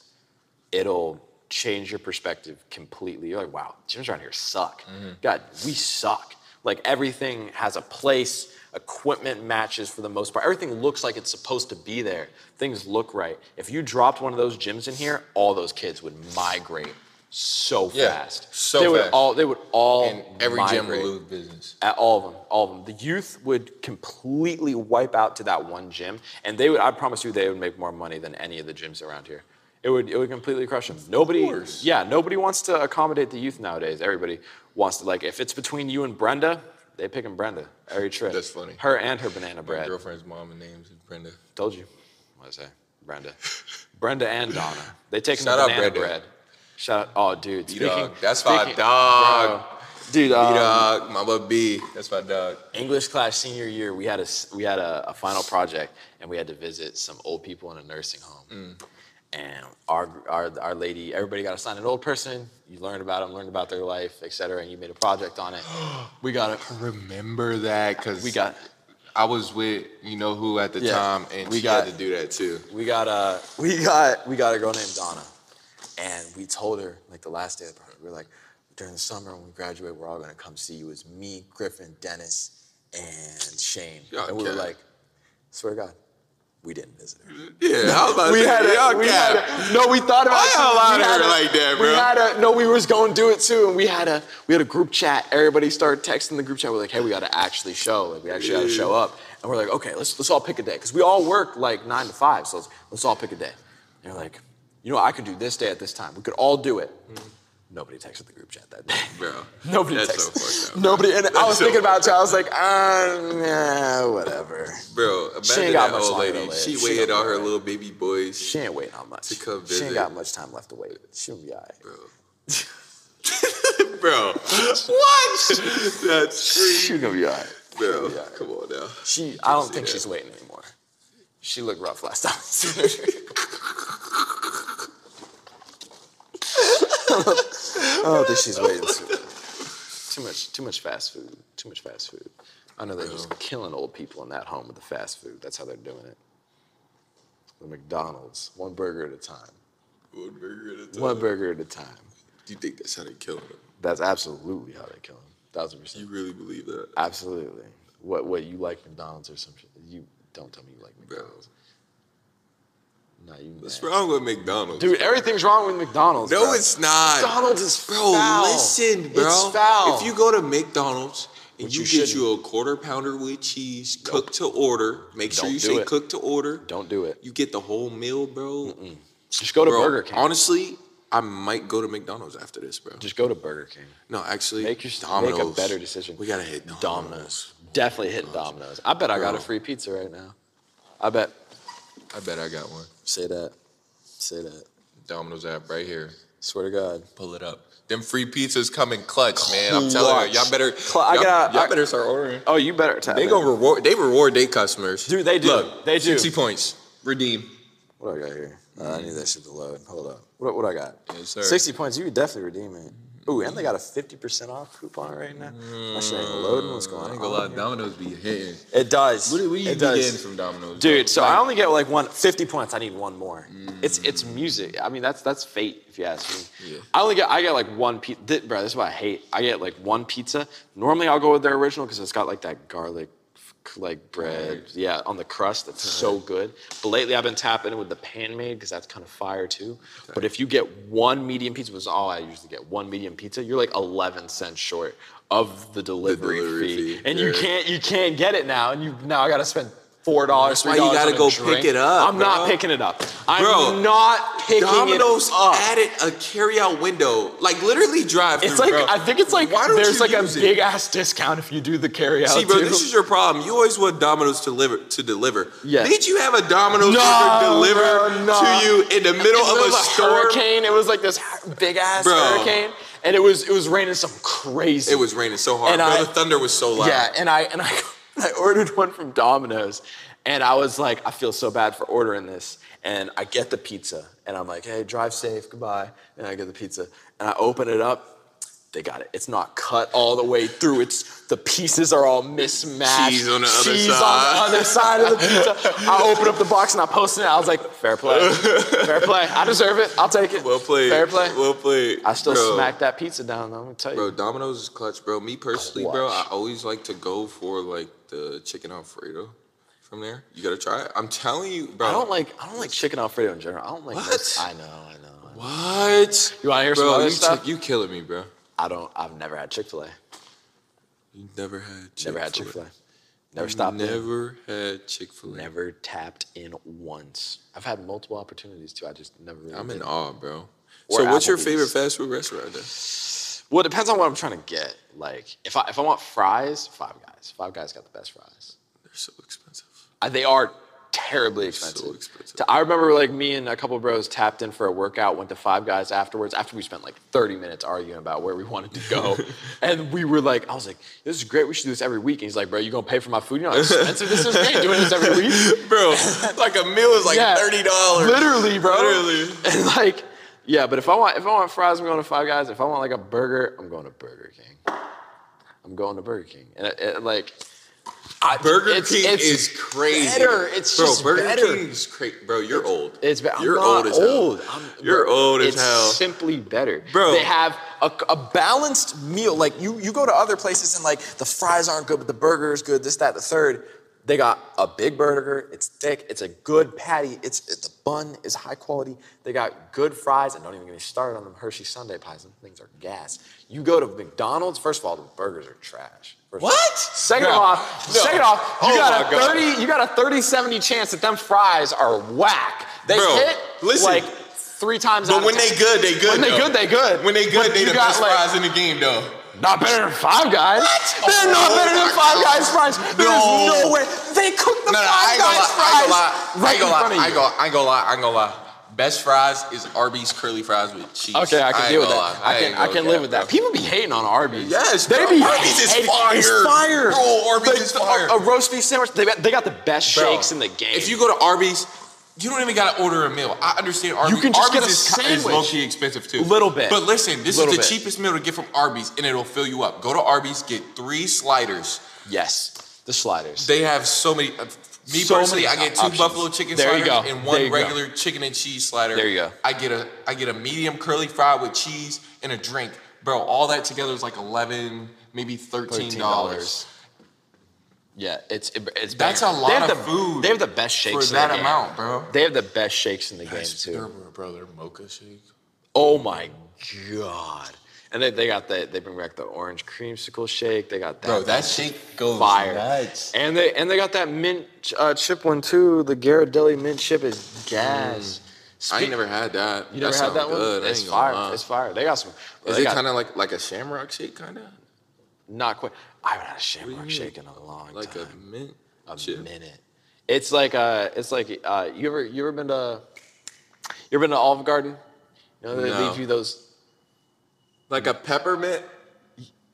it'll change your perspective completely. You're like, wow, gyms around here suck. Mm-hmm. God, we suck. Like everything has a place, equipment matches for the most part. Everything looks like it's supposed to be there. Things look right. If you dropped one of those gyms in here, all those kids would migrate so Yeah, fast. so they would fast. all they would all And every gym will migrate. lose business. At all of them, all of them. The youth would completely wipe out to that one gym, and they would. I promise you, they would make more money than any of the gyms around here. It would, it would completely crush them. Nobody, yeah, nobody wants to accommodate the youth nowadays. Everybody, wants to like if it's between you and Brenda, they picking Brenda every trip. That's funny. Her and her banana My bread. girlfriend's mom and names is Brenda. Told you. What I say? Brenda. Brenda and Donna. They taking Shout the out banana Brenda. bread. Shout out. Oh, dude. Speaking, Dog. That's my speaking, dog. Dude, B um, dog. My little B. That's my dog. English class senior year, we had a s- we had a, a final project, and we had to visit some old people in a nursing home. And our, gr- our our lady, everybody got assigned an old person. You learned about them, learned about their life, et cetera, and you made a project on it. We got it. Remember that because We got I was with you know who at the Yeah. time, and We we she got- had to do that too. we got a we got we got a girl named Donna, and we told her like the last day of the project, we were like, during the summer when we graduate, we're all gonna come see you. It's me, Griffin, Dennis, and Shane. And we were Okay. like, swear to God, we didn't visit her. Yeah, I was about We to had say, a, y'all we had got it. a, no, we thought about Why it. y'all too. out We had here a- like that, We bro? had a, no, we was going to do it too, and we had a we had a group chat. Everybody started texting the group chat. We're like, hey, we got to actually show. Like, we actually got to show up. And we're like, okay, let's let's all pick a day because we all work like nine to five, so let's, let's all pick a day. And they're like, you know, I could do this day at this time. We could all do it. Nobody texted the group chat that day. Bro, Nobody that's so texted. fucked up, bro. Nobody. And I was so thinking about it too. I was like, uh, nah, whatever. Bro, imagine She ain't got that much old longer to lady. live. She She waited gonna all be her alright. little baby boys. She ain't waiting on much. To come She visit. ain't got much time left to wait. She'll be all right. bro, what? That's free, She's gonna be all right. bro. Come on now. She, I don't think that. she's waiting anymore. She looked rough last time. I seen her. I don't think Oh, she's waiting. Too, too much, too much fast food. Too much fast food. I know they're Oh. just killing old people in that home with the fast food. That's how they're doing it. The McDonald's, one burger at a time. One burger at a time. One burger at a time. You think that's how they kill him? That's absolutely how they kill them. Thousand percent. You really believe that, Absolutely. What what you like McDonald's or some shit? You don't tell me you like bro? McDonald's. Nah, you. What's mad. wrong with McDonald's? Dude, everything's wrong with McDonald's. no, bro. it's not. McDonald's is Bro, foul. listen, bro. It's foul. If you go to McDonald's and Which you, you get shouldn't. you a quarter pounder with cheese, cooked to order, make sure Don't you do say it. cooked to order. Don't do it. You get the whole meal, bro. just go to Bro, Burger King. honestly, I might go to McDonald's after this, bro. just go to Burger King. no, actually, Make your Domino's. make a better decision. We gotta hit Domino's. Domino's. Definitely hit Domino's. I bet I got a Bro. free pizza right now. I bet. I bet I got one. Say that. Say that. Domino's app right here. Swear to God. Pull it up. Them free pizzas come in clutch, man. I'm telling you, y'all better. Clutch. I y'all, got- y'all I- better start ordering. Oh, you better. Tap They in. gonna reward. They reward their customers. Dude, they do. Look, They do. Sixty points. Redeem. What do I got here? Uh, I need that shit to load. Hold up. What, what I got? Yes, sir. 60 points. You could definitely redeem it. Ooh, and they got a 50% off coupon right now. That shit Mm, ain't loading. What's going on? here? Domino's be hitting. It does. What do we it be does. getting from Domino's? Dude, so I only get like one 50 points. I need one more. It's it's music. I mean, that's that's fate if you ask me. Yeah. I only get I get like one pizza. bro, this is what I hate. I get like one pizza. Normally, I'll go with their original because it's got like that garlic f- like bread. Yeah, on the crust. That's so good. But lately, I've been tapping in with the pan made because that's kind of fire too. But if you get one medium pizza, which is all I usually get, one medium pizza, you're like 11 cents short of the delivery, delivery fee. fee, and you yeah. can't can't- you can't get it now, and you now I gotta spend four dollars. why you gotta go pick it up, I'm not bro. picking it up. I'm Bro, not picking Domino's it up. added a carryout window, like literally drive through. it's like bro. I think it's like Why don't there's you like a use it? big ass discount if you do the carry out. See, bro, too. this is your problem. You always want Domino's to deliver. To deliver. Yeah. Did you have a Domino's No, server deliver bro, no. to you in the middle In the of a middle storm? hurricane. It was like this big ass Bro. hurricane, and it was it was raining some crazy. It was raining so hard. And bro, I- the thunder was so loud. Yeah, and I and I I ordered one from Domino's, and I was like, I feel so bad for ordering this. And I get the pizza, and I'm like, hey, drive safe, goodbye. And I get the pizza, and I open it up. They got it. It's not cut all the way through. It's the pieces are all mismatched. Cheese on the other Cheese on the side. other side of the pizza. I opened up the box and I posted it. I was like, fair play, fair play. I deserve it. I'll take it. Well played. Fair play. Well played. I still bro. smacked that pizza down. I'm gonna tell you. Bro, Domino's is clutch, bro. Me personally, bro, I Clutch. always like to go for like the chicken alfredo from there. You gotta try it. I'm telling you, bro. I don't like I don't like chicken alfredo in general. I don't like What? most- I know, I know. I know. what. You wanna hear bro, some other you stuff? you killing me, bro. I don't I've never had Chick-fil-A. You never had Chick-fil-A. Never had Chick-fil-A. Never stopped in. Never had Chick-fil-A. Never tapped in once. I've had multiple opportunities too. I just never really I'm in did. awe, bro. Or so, what's your Applebee's. favorite fast food restaurant then? Well, it depends on what I'm trying to get. Like, if I if I want fries, Five Guys. Five Guys got the best fries. They're so expensive. Uh, They are terribly expensive. expensive. To- I remember like me and a couple of bros tapped in for a workout, went to Five Guys afterwards. After we spent like 30 minutes arguing about where we wanted to go, and we were like, I was like, "This is great. We should do this every week." And he's like, "Bro, you gonna pay for my food? You know how expensive this is? We ain't doing this every week." Bro, like a meal is like Yeah. thirty dollars. Literally, bro. Literally. And like, yeah, but if I want if I want fries, I'm going to Five Guys. If I want like a burger, I'm going to Burger King. I'm going to Burger King. And it, it, like, I- Burger it's- King it's is crazy. better. It's bro, just Burger better. King is crazy. Bro, you're old. It's be- I'm you're not old as hell. old. I'm- you're old as it's hell. simply better, Bro. They have a, a balanced meal. Like you, you go to other places and like the fries aren't good, but the burger is good. This, that, the third. they got A big burger. It's thick. It's a good patty. It's it, the bun is high quality. they got good fries, and don't even get me started on them Hershey Sunday pies. Them things are gas. You go to McDonald's, first of all, the burgers are trash. First of all. What? Second No, off, no. second off, you Oh got my a God. thirty, you got a 30-70 chance that them fries are whack. They Bro, hit listen. like three times. out but of when 10. they good, they good. When they though. good, they good. When they good, But they you the got, best like- fries in the game, though. not better than Five Guys. They're not Oh better than my Five Guys fries. There's No. no, way they cook the No, no, I Five ain't Guys gonna lie. I ain't gonna lie. fries right I ain't gonna in lie. front of I you. ain't gonna, I ain't gonna lie. I ain't gonna lie. Best fries is Arby's curly fries with cheese. Okay, I can ain't deal with gonna that. lie. I can, ain't I gonna can cap, live with bro. that. People be hating on Arby's. Yes, they bro. be Arby's is hating- fire. It's fire. Bro, Arby's Like, is fire. A, a roast beef sandwich. They got, they got the best Bro, shakes in the game. If you go to Arby's, you don't even gotta order a meal. I understand Arby's. can just Arby's get a is, is sandwich. low-key expensive too. Little bit. But listen, this Little is the bit. cheapest meal to get from Arby's, and it'll fill you up. Go to Arby's, get three sliders. yes, the sliders. They have so many. uh, Me So personally, many I get two options. buffalo chicken There you sliders go. and There one you go. regular chicken and cheese slider. There you go. I get a I get a medium curly fry with cheese and a drink, bro. All that together is like eleven, maybe thirteen dollars. Yeah, it's it- it's bangers. That's a lot they have of the, food They have the best shakes for in the that game. amount, bro. They have the best shakes in the game too. Their, bro, their mocha shake. Oh my god! And they, they got the they bring back the orange creamsicle shake. They got that. Bro, that shake goes fire. nuts. And they and they got that mint uh, chip one too. The Ghirardelli mint chip is gas. I Spe- ain't never had Mm. that. You never had that good. one? It's fire. fire. It's fire. They got some. Is they it got- kind of like like a shamrock shake, kind of not quite? I haven't had a shamrock shake in a long like time. a mint? a chip? minute. It's like uh, it's like uh, you ever you ever been to you ever been to Olive Garden? You know they No. leave you those. Like a peppermint?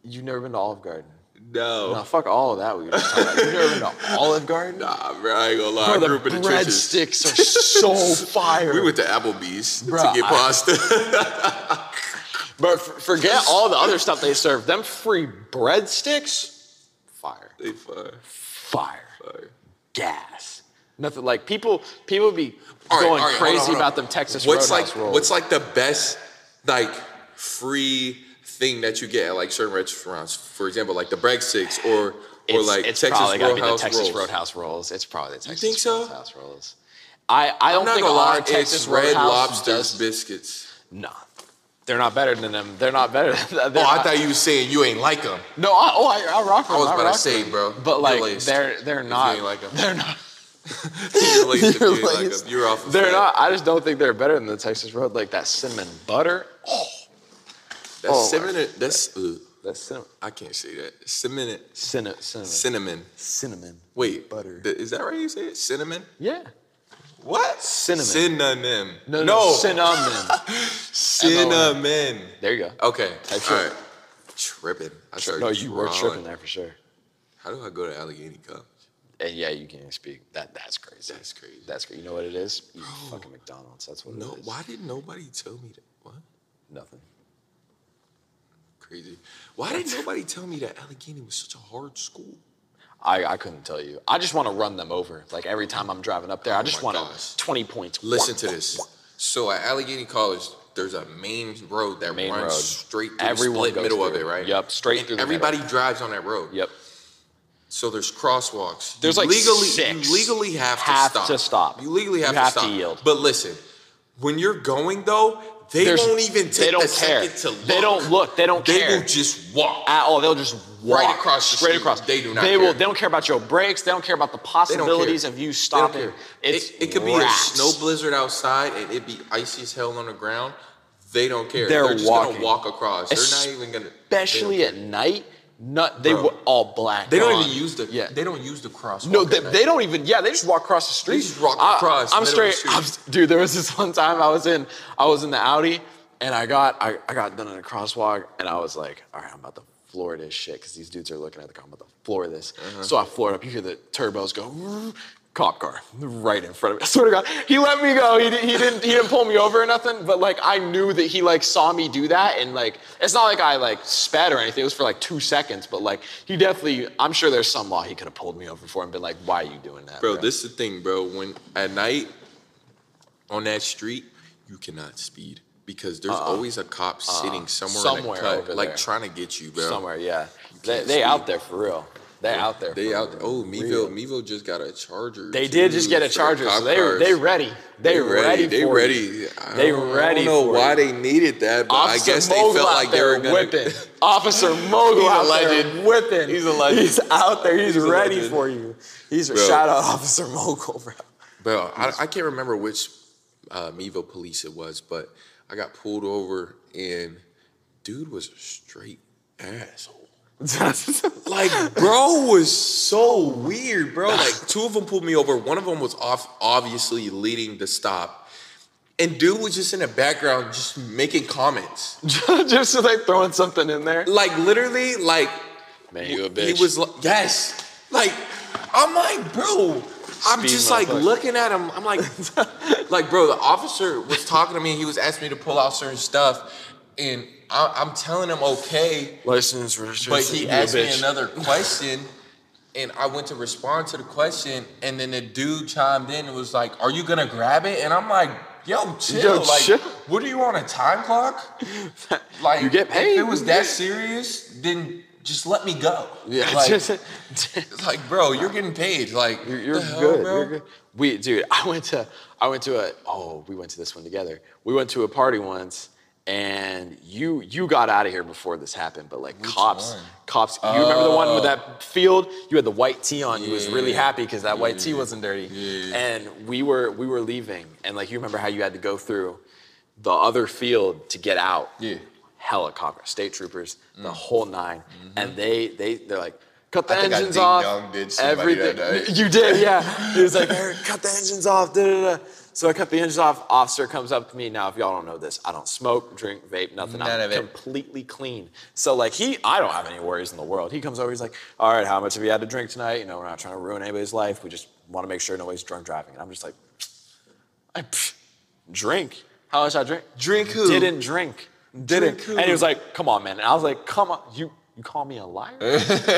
You've never been to Olive Garden. No. No, fuck all of that. We were just talking about. You've never been to Olive Garden. Nah, bro, I ain't gonna lie. Bro, I grew up in the trenches. breadsticks are so fire. We went to Applebee's Bruh, to get I- pasta. but f- forget all the other stuff they serve. Them free breadsticks, fire, they fire, fire, fire. gas. Nothing like people. People be All right, going all right, hold on, crazy hold on. about them Texas What's Roadhouse like rolls. what's like the best like free thing that you get at like certain restaurants? For example, like the breadsticks or or it's, like it's Texas probably gotta Roadhouse be the Texas rolls. Roadhouse rolls. It's probably the Texas think so? Roadhouse rolls. I, I don't I'm not think gonna our lie, Texas it's Red Roadhouse Lobster does- biscuits. Nah, they're not better than them. They're not better. Than, Oh, they're I not- thought you were saying you ain't like them. No, I, oh, I, I rock with I was them. about to rock with say, them. bro, you're But like, laced. they're they're you not. ain't like 'em. They're not. You're, laced if you They're ain't like laced. 'em. You're off. the They're fat. not. I just don't think they're better than the Texas Road. Like that cinnamon butter. That's Oh, my cinnamon. That's ugh, That cinnamon. I can't say that. Cinnamon. Cinnamon. Cinnamon. Cinnamon. Cinnamon. Wait, Butter. th- is that right? You say it? Cinnamon. Yeah. What? Cinnamon. Synonym. No, no, cinnamon. Cinnamon. There you go. Okay. Type shit. All right. Tripping. I started No, you were drawing. tripping there for sure. How do I go to Allegheny College? And yeah, you can't speak. That that's crazy. That's crazy. That's crazy. You know what it is? Eating fucking McDonald's. That's what No, it is. why did nobody tell me that? What? Nothing. Crazy. Why did nobody tell me that Allegheny was such a hard school? I, I couldn't tell you. I just want to run them over. Like every time I'm driving up there, I just Oh my want gosh. to 20 points. Listen to this. So at Allegheny College, there's a main road that Main runs road. straight through Everyone the split goes middle of through. it, right? Yep, straight and through the middle. Everybody drives on that road. Yep. So there's crosswalks. There's You like legally, six. You legally have, Have to stop. to stop. You legally have, You to have to stop. yield. But listen, when you're going though, they There's- won't even take they don't a care. second to look. They don't look. They don't They care. will just walk. at all. Ah, oh, They'll just walk Right across the straight street. across. They do not They care. will. They don't care about your brakes. They don't care about the They don't possibilities care. of you They don't stopping. care. It's it, it could be a rats. snow blizzard outside and it'd be icy as hell on the ground. They don't care. They're just walking. gonna walk across. They're not even gonna. they don't Especially at night, not they Bro. were all black. They don't on. even use the. Yeah. They don't use the crosswalk. No, they, at night. they don't even. Yeah, they just walk across the street. just walk across I, am middle of the straight. I'm, dude, there was this one time I was in. I was in the Audi, and I got I, I got done in a crosswalk, and I was like, all right, I'm about to floor this shit because these dudes are looking at the car. I'm about to floor this. So I floored up. You hear the turbos go. Cop car right in front of me. I swear to God, he let me go. He, di- he didn't. He didn't pull me over or nothing. But like, I knew that he like saw me do that, and like, it's not like I like sped or anything. It was for like two seconds. But like, he definitely. I'm sure there's some law he could have pulled me over for and been like, "Why are you doing that, bro, This is the thing, bro. When at night on that street, you cannot speed because Uh-uh. there's always a cop sitting somewhere, Somewhere in a cut, over like there. trying to get you, bro. somewhere?" Yeah, they, can't they out speed. there for real. They out there. They for out. real. Oh, Meville, Meville just got a charger. They did just too, get a for the charger, so cop they were cars. they ready. They, They ready. They for ready. you. I They don't- ready I don't know for why you. they needed that, but Officer I guess they Mogul felt out like they there were gonna. whipping. Officer Mogul He's a out there legend. whipping. He's a legend. He's out there. He's, He's a ready legend. for you. He's Bro. shout out Officer Mogul, bro. Bro, I, I can't remember which uh, Mevo police it was, but I got pulled over and dude was a straight asshole. Like, bro was so weird, bro. Like, two of them pulled me over. One of them was off, obviously leading the stop, and dude was just in the background, just making comments. just like throwing something in there. Like, literally, like Man, you a he bitch. was like, yes. Like, I'm like, bro. I'm Speed just like motherfucker. looking at him. I'm like, like, bro, the officer was talking to me. He was asking me to pull out certain stuff. And I, I'm telling him, okay. license registration. But he you a asked me bitch. another question. And I went to respond to the question. And then the dude chimed in and was like, are you going to grab it? And I'm like, yo, chill. Yo, like, chill. what are you on a time clock? Like, You get paid. If it was that serious, then just let me go. Yeah, Like, just- it's like, bro, you're getting paid. Like, You're, the you're hell, good. bro? You're good. We, dude, I went to, I went to a, oh, we went to this one together. We went to a party once, and you, you got out of here before this happened. But like cops, one? Oh. cops. You remember the one with that field? You had the white tee on. You was really happy because that white tee wasn't dirty. And we were, we were leaving, and like you remember how you had to go through the other field to get out. Yeah. Helicopter, state troopers, the whole 9 and they, they, they're like. Cut the Mm. Mm-hmm. I think I engines ding off. dong did somebody that night. You did, yeah. He was like, Eric, cut the engines off. Da, da, da. So I cut the engines off. Officer comes up to me. Now, if y'all don't know this, I don't smoke, drink, vape, nothing. None I'm of it. completely clean. So like he, I don't have any worries in the world. He comes over. He's like, all right, how much have you had to drink tonight? You know, we're not trying to ruin anybody's life. We just want to make sure nobody's drunk driving. And I'm just like, I pff, drink. How much I drink? Drink who? Didn't drink. Didn't. Drink who? and he was like, come on, man. And I was like, come on, you. You call me a liar?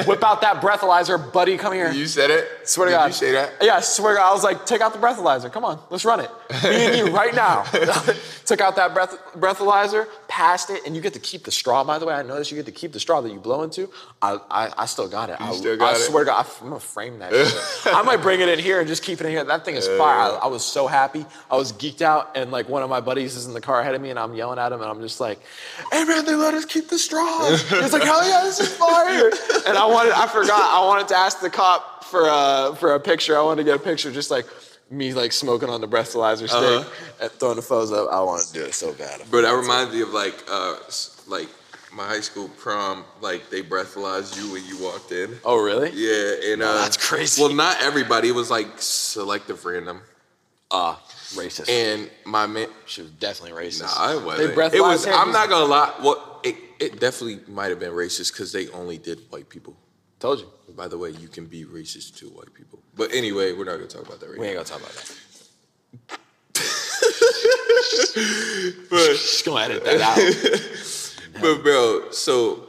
Whip out that breathalyzer, buddy. Come here. You said it. Swear to Did God. You say that. Yeah, I swear to God. I was like, take out the breathalyzer. Come on, let's run it. Me and you right now. Took out that breath, breathalyzer, passed it, and you get to keep the straw, by the way. I noticed you get to keep the straw that you blow into. I, I, I still got it. I, still got I it? swear to God, I, am going to frame that shit. I might bring it in here and just keep it in here. That thing is fire. I, I was so happy. I was geeked out, and like one of my buddies is in the car ahead of me, and I'm yelling at him, and I'm just like, hey man, they let us keep the straw. He's like, hell yeah, this is fire. And I wanted, I forgot, I wanted to ask the cop for a, for a picture. I wanted to get a picture just like me like smoking on the breathalyzer stick Uh-huh. and throwing the photos up. I want to do it so bad. Bro, that reminds me of like, uh, s- like my high school prom. Like they breathalyzed you when you walked in. Oh, really? Yeah, and uh, that's crazy. Well, not everybody. It was like selective random. Ah, racist. And my man, she was definitely racist. nah, I They wasn't. breathalyzed it was. him. I'm not gonna lie. Well, it, it definitely might have been racist because they only did white people. Told you. By the way, you can be racist to white people. But anyway, we're not gonna talk about that right We now. ain't gonna talk about that. But- Just gonna edit that out. But bro, so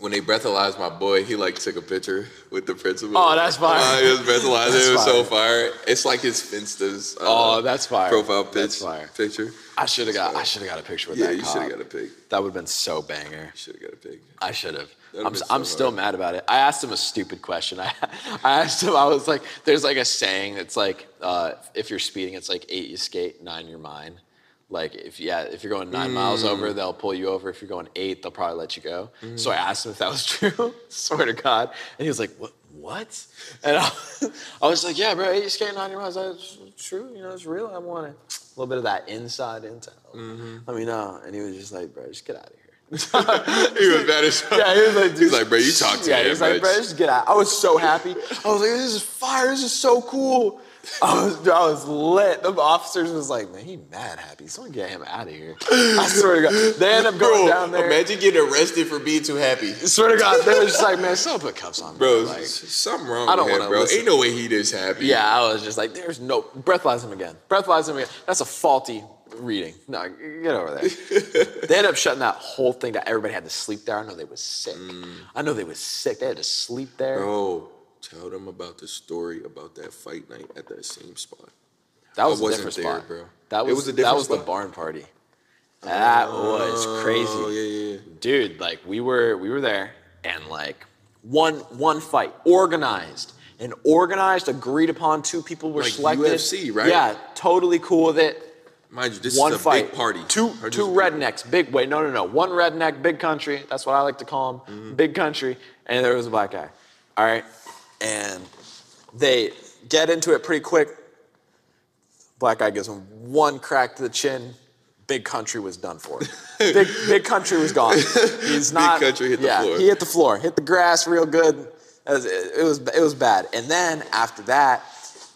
when they breathalyzed my boy, he like took a picture with the principal. Oh, that's fire. Uh, he was breathalyzed. That's it was so fire. It's like his Finsta's. Uh, Oh, that's fire. Profile pic- That's fire. picture. I should have got. I should have got a picture with Yeah, that. you should cop. have got a pic. You That would have been so banger. should have got a pic. I should have. That'd I'm, been so I'm still hard. mad about it. I asked him a stupid question. I, I asked him, I was like, there's like a saying that's like, uh, if you're speeding, it's like eight you skate, nine you're mine. Like if yeah, if you're going nine miles over, they'll pull you over. If you're going eight, they'll probably let you go. So I asked him if that was true. Swear to God, and he was like, "What? What?" And I, I was like, "Yeah, bro, eight you skate, nine your miles. That's true. You know, it's real. I want it." a little bit of that inside intel. Let me know. And he was just like, bro, just get out of here. he was bad as Yeah, he was like, He's like, bro, you talk to yeah, him. he's like, bro, just get out. I was so happy. I was like, this is fire. This is so cool. I was, I was lit. The officers was like, man, he mad happy. Someone get him out of here. I swear to God. They end up going down there. imagine getting arrested for being too happy. Swear to God, they were just like, man, someone put cuffs on, bro, me. Like, s- something wrong I don't with him, wanna bro. listen. Ain't no way he this happy. yeah, I was just like, there's no breathalyze him again. Breathalyze him again. That's a faulty reading. No, get over there. they ended up shutting that whole thing down. Everybody had to sleep there. I know they was sick. I know they was sick. They had to sleep there. Mm. Bro, tell them about the story about that fight night at that same spot. That was a wasn't different there, spot, bro. That It was, was a that different was the spot? barn party. That was crazy, Oh yeah, yeah. yeah. dude. Like we were we were there, and like one one fight organized and organized, agreed upon. Two people were Like selected. UFC, right? Yeah, totally cool with it. Mind you, this one is a fight, big party. Two Or just two a big- rednecks, big wait, no no no, one redneck, big country. That's what I like to call him, Mm-hmm. big country. And there was a black guy. All right, and they get into it pretty quick. Black guy gives him one crack to the chin. Big country was done for. big big country was gone. He's not. Country hit the yeah, floor. he hit the floor, hit the grass real good. That was- It was it was bad. And then after that.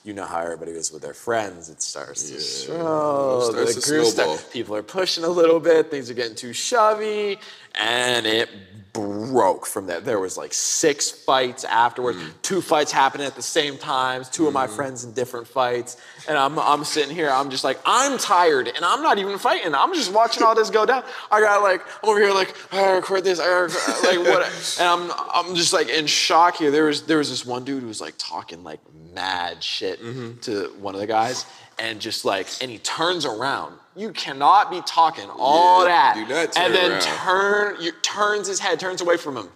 You know how everybody is with their friends. It starts to show. It starts Oh, the to groove start- snowball. people are pushing a little bit, things are getting too shovey, and it broke from there. There was like six fights afterwards. Hmm. Two fights happening at the same times, 2 of my friends in different fights. And I'm I'm sitting here, I'm just like, I'm tired and I'm not even fighting. I'm just watching all this go down. I got like, I'm over here like, I gotta record this, I gotta record, like what and I'm I'm just like in shock here. There was there was this one dude who was like talking like mad shit Mm-hmm. to one of the guys and just like and he turns around. You cannot be talking all that Yeah, do not turn and then around. turn you, turns his head, turns away from him.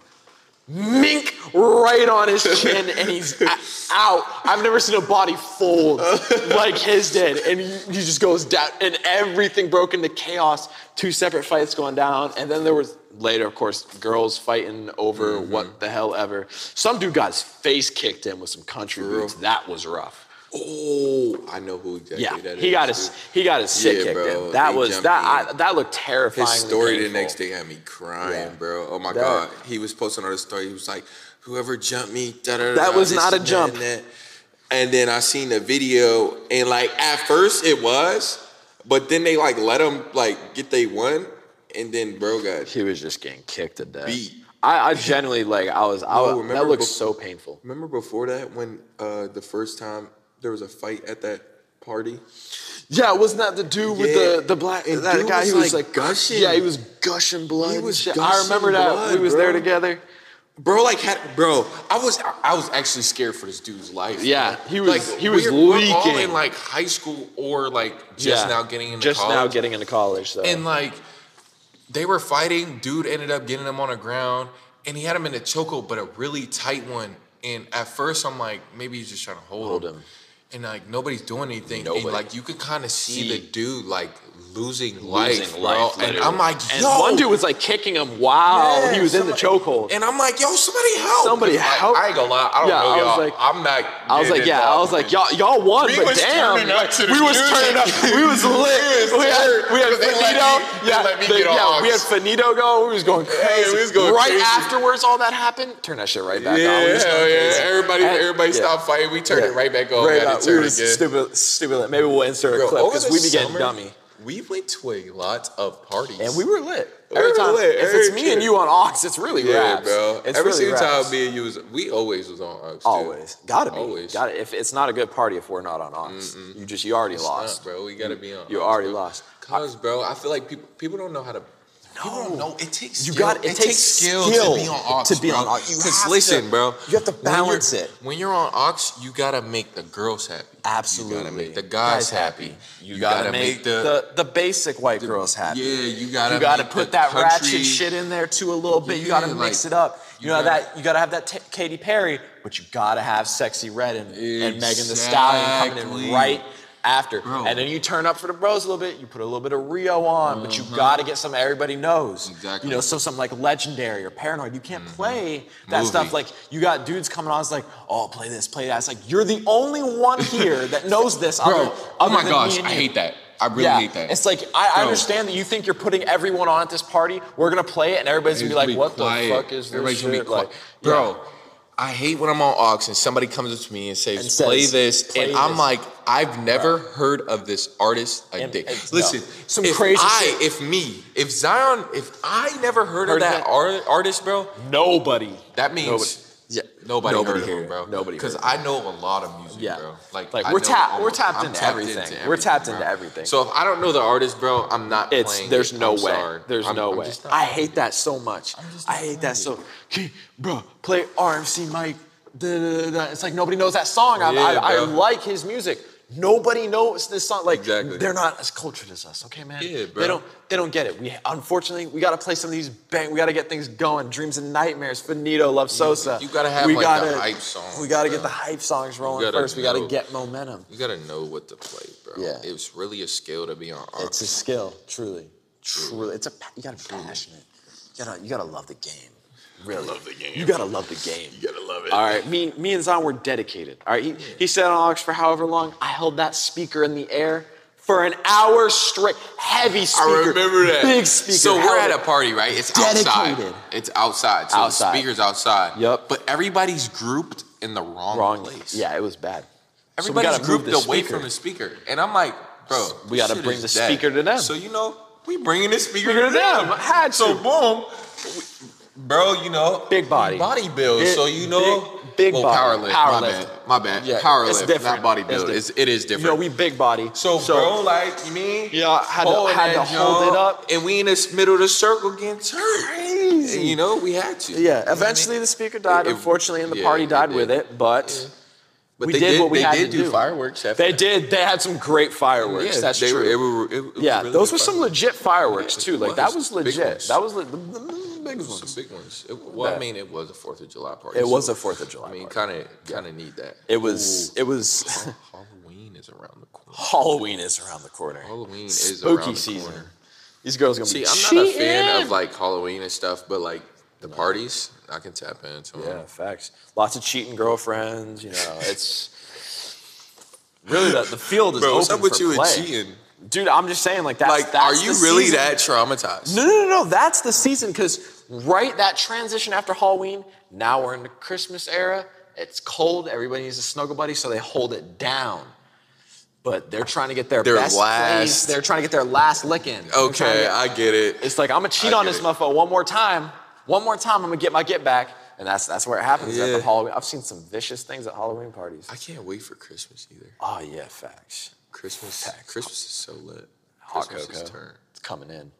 Mink right on his chin, and he's a- out. I've never seen a body fold like his did, and he, he just goes down, and everything broke into chaos. Two separate fights going down, and then there was later, of course, girls fighting over Mm-hmm. what the hell ever. Some dude got his face kicked in with some country boots. That was rough. Oh, I know who exactly Yeah, that is. he got his he got his shit Yeah, kicked bro, in. That he was jumped that I, in. that looked terrifying. His story the next day had me crying, Yeah. bro. Oh my That- god, he was posting on his story. He was like, "Whoever jumped me, da da da." That da, was this not a and that jump. and that." And then I seen the video, and like at first it was, but then they like let him like get they one, and then bro got He was just getting kicked to death. Beat. I, I genuinely like I was I No, was, remember that looks bef- so painful. Remember before that when uh, the first time there was a fight at that party? Yeah, wasn't that the dude with Yeah. the the black And that dude guy was, who was like, like gushing. Yeah, he was gushing blood. He and was shit. I gushing remember that we blood, was there bro. together. Bro, like, had, bro, I was I was actually scared for this dude's life. Yeah, man. he was- he was we're, We're all leaking. in like high school or like just Yeah. now getting into just college. now getting into college though. and like they were fighting. Dude ended up getting him on the ground, and he had him in a chokehold, but a really tight one. And at first, I'm like, maybe he's just trying to hold, Hold him. him. And like nobody's doing anything, Nobody. and like you could kind of see, See. the dude like losing, Losing life, bro. life, and literally. I'm like, and yo, one dude was like kicking him while Yeah, he was in the chokehold. and I'm like, yo, somebody help! Somebody Like, help. I ain't gonna lie, I don't Yeah, know I was y'all. like- I'm not. I was getting like, yeah, I involved was like, in y'all, y'all won, We but was damn, turning up like, to the we was music. turning up, we was lit. we had, we had They let Finito, me- they yeah, let me they- get on yeah, we had aux. Finito go, we was going crazy. we was going right crazy. afterwards, all that happened. Turn that shit right back Yeah, on. We was going Hell yeah! crazy. Everybody, And- everybody yeah. stopped fighting. We turned Yeah. it right back on. Right had to back- we turn were again. stupid, stupid. lit. Maybe we'll insert a Bro, clip over because the we began summer, dummy We went to a lot of parties. and we were lit. We Every were time, lit, if it's every me and kid. you on Ox, it's really yeah, raps. bro. It's Every really single raps. time me and you was, we always was on Ux. Always. Gotta be. Always. Gotta, if it's not a good party if we're not on Ox. You just you already lost. bro. We gotta be on. You Ux, already bro. lost. Cause, bro, I feel like people people don't know how to. People don't know it takes. You skill. got- it takes skill to be on ox. to be on aux. You because have listen, to- bro, you have to when you're- balance it. When you're on ox, you gotta make the girls happy. You gotta Absolutely. make the guys happy. You gotta make the the, the basic white girls happy. yeah. You gotta you gotta make put the that country- ratchet shit in there too a little bit. you gotta Yeah, mix like, it up. You, you know gotta- that you gotta have that t- Katy Perry, but you gotta have sexy red and, and Megan the Stallion coming in Exactly. right after. Bro. And then you turn up for the bros a little bit. You put a little bit of Rio on, but you gotta get something everybody knows. Mm-hmm. Exactly. Mm-hmm. You know, so something like Legendary or Paranoid. You can't play that Movie. stuff. Like you got dudes coming on. It's like, oh, play this, play that. It's like you're the only one here that knows this. Bro, other, oh other my than me gosh, and I you. hate that. I really hate that. It's like I, I No. understand that you think you're putting everyone on at this party. We're gonna play it, and everybody's gonna be like, Everybody's "What quiet. the fuck is this Everybody's gonna be shit?" Like, quiet. bro. I hate when I'm on aux and somebody comes up to me and says, And says, "Play this," "Play and I'm this." like, "I've never heard of this artist." I And- dig. and- Listen, no. Some if crazy I, shit. if me, if Zion, if I never Heard heard, of of that, that? ar- artist, bro, Nobody. that means Nobody- nobody, yeah. nobody, Nobody heard heard of it. him, bro. Nobody because heard I know a lot of music, Yeah. bro. Like, Like, I we're know tapped- we're almost- tapped I'm into everything. We're tapped into everything. So if I don't know the artist, bro, I'm not It's playing. there's it. no I'm way. sorry. There's I'm- no I'm way. just not- I hate that so much. I hate that so. Hey, bro, play RMC Mike. Da, da, da, da. It's like nobody knows that song. I, Yeah, I, I bro. like his music. Nobody knows this song. Like Exactly. they're not as cultured as us. Okay, man. Yeah, They bro. don't. They don't get it. We unfortunately we gotta play some of these bang. We gotta get things going. Dreams and nightmares. Finito. Love Sosa. you gotta have, we like, the gotta, hype songs, We gotta bro. get the hype songs rolling gotta first. We gotta know. get momentum. You gotta know what to play, bro. Yeah. It's really a skill to be on. It's a skill, truly. Mm. Truly. It's a pa- you gotta be passionate. You gotta you gotta love the game. Really. love the game. You gotta love the game. You gotta love it. All right. Me me and Zion were dedicated. All right. He, he sat on Alex for however long. I held that speaker in the air for an hour straight. Heavy speaker. I remember that. Big speaker. So we're held at it. a party, right? It's outside. Dedicated. It's outside. So Outside. the speaker's outside. Yup. But everybody's grouped in the wrong, wrong place. place. Yeah, it was bad. So we Everybody's gotta move grouped the away speaker. from the speaker. And I'm like, bro, We this gotta shit bring is the dead. speaker to them. So you know, we bringing the speaker, Speaker to them. Had So to. boom. we- Bro, you know, Big body. body build. Big- so you know, big- big well, body. power lift. Power my lift. bad, my bad. Yeah, power it's lift, different. not body It's build. different. It's, it is You different. know, we big body. So, bro, like you mean? Oh, Yeah, had to- pulling had that to hold jump, it up. and we in this middle of the circle getting turned. Crazy. And you know, we had to. You know what yeah, I eventually mean? the speaker died, It- it- unfortunately, and the yeah, party it died did. with it, but But we they did what we they had did to do. do. Fireworks. After They that. did. They had some great fireworks. Yeah, That's they were- true. it were- it- it was yeah, really those good were some fireworks. legit fireworks Yeah, too. it Like that was. was Big legit. ones. That was le- the, the, the biggest ones. Some big ones. It, well, I Yeah. mean, it was a Fourth of July party. It was so, a Fourth of July. I mean, party. kind of, kind of need that. it was. It was. Ooh, Halloween is around the corner. Halloween is around the corner. Halloween is Spooky around the season. corner. These girls gonna See, be. I'm not a fan of like Halloween and stuff, but like the parties, I can tap into them. Yeah, facts. Lots of cheating girlfriends. You know, it's really the, the field is Bro, open what's up with for you play. and cheating? dude? I'm just saying, like that's Like, that's are the you really season. that traumatized? No, no, no, no. That's the season because right that transition after Halloween, now we're in the Christmas era. It's cold. Everybody needs a snuggle buddy, so they hold it down. But they're trying to get their, Their best last- plays. They're trying to get their last lick in. They're trying to Okay, get- I get it. it's like I'm gonna cheat I on get this it. motherfucker one more time. One more time, I'm gonna get my get back, and that's that's where it happens at Yeah. the Halloween. I've seen some vicious things at Halloween parties. I can't wait for Christmas either. Oh yeah, facts. Christmas, Facts. Christmas is so lit. Hot Christmas is cocoa. turn. It's coming in.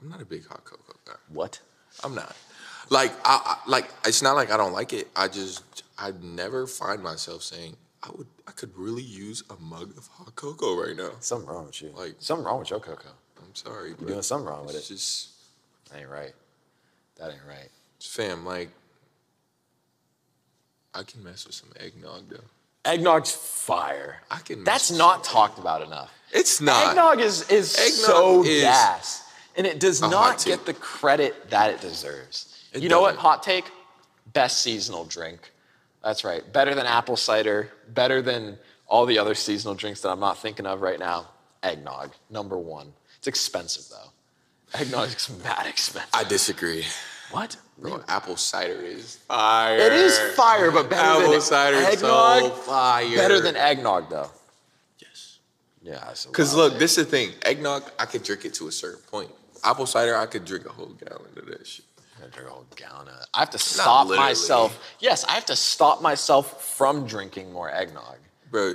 I'm not a big hot cocoa guy. What? I'm not. Like I, I like it's not like I don't like it. I just I never find myself saying I would I could really use a mug of hot cocoa right now. Something wrong with you. Like- something wrong with your cocoa. I'm sorry, but You're doing something wrong with it's it. just That ain't right. That ain't right. fam like I can mess with some eggnog though. Eggnog's fire. I can That's mess not talked about enough. It's not. Eggnog is is Eggnog so is gas, and it does a hot not take. get the credit that it deserves. It you know what? doesn't. Hot take: best seasonal drink. That's right. Better than apple cider. Better than all the other seasonal drinks that I'm not thinking of right now. Eggnog, number one. It's expensive though. Eggnog's mad expensive. I disagree. what? Bro, apple cider is It is fire, but better apple than cider is eggnog. so fire. Better than eggnog though. Yes. Yeah. so Because wow. look, this is the thing. Eggnog, I could drink it to a certain point. Apple cider, I could drink a whole gallon of that shit. I drink a whole gallon of- I have to stop literally. myself. Yes, I have to stop myself from drinking more eggnog. Bro,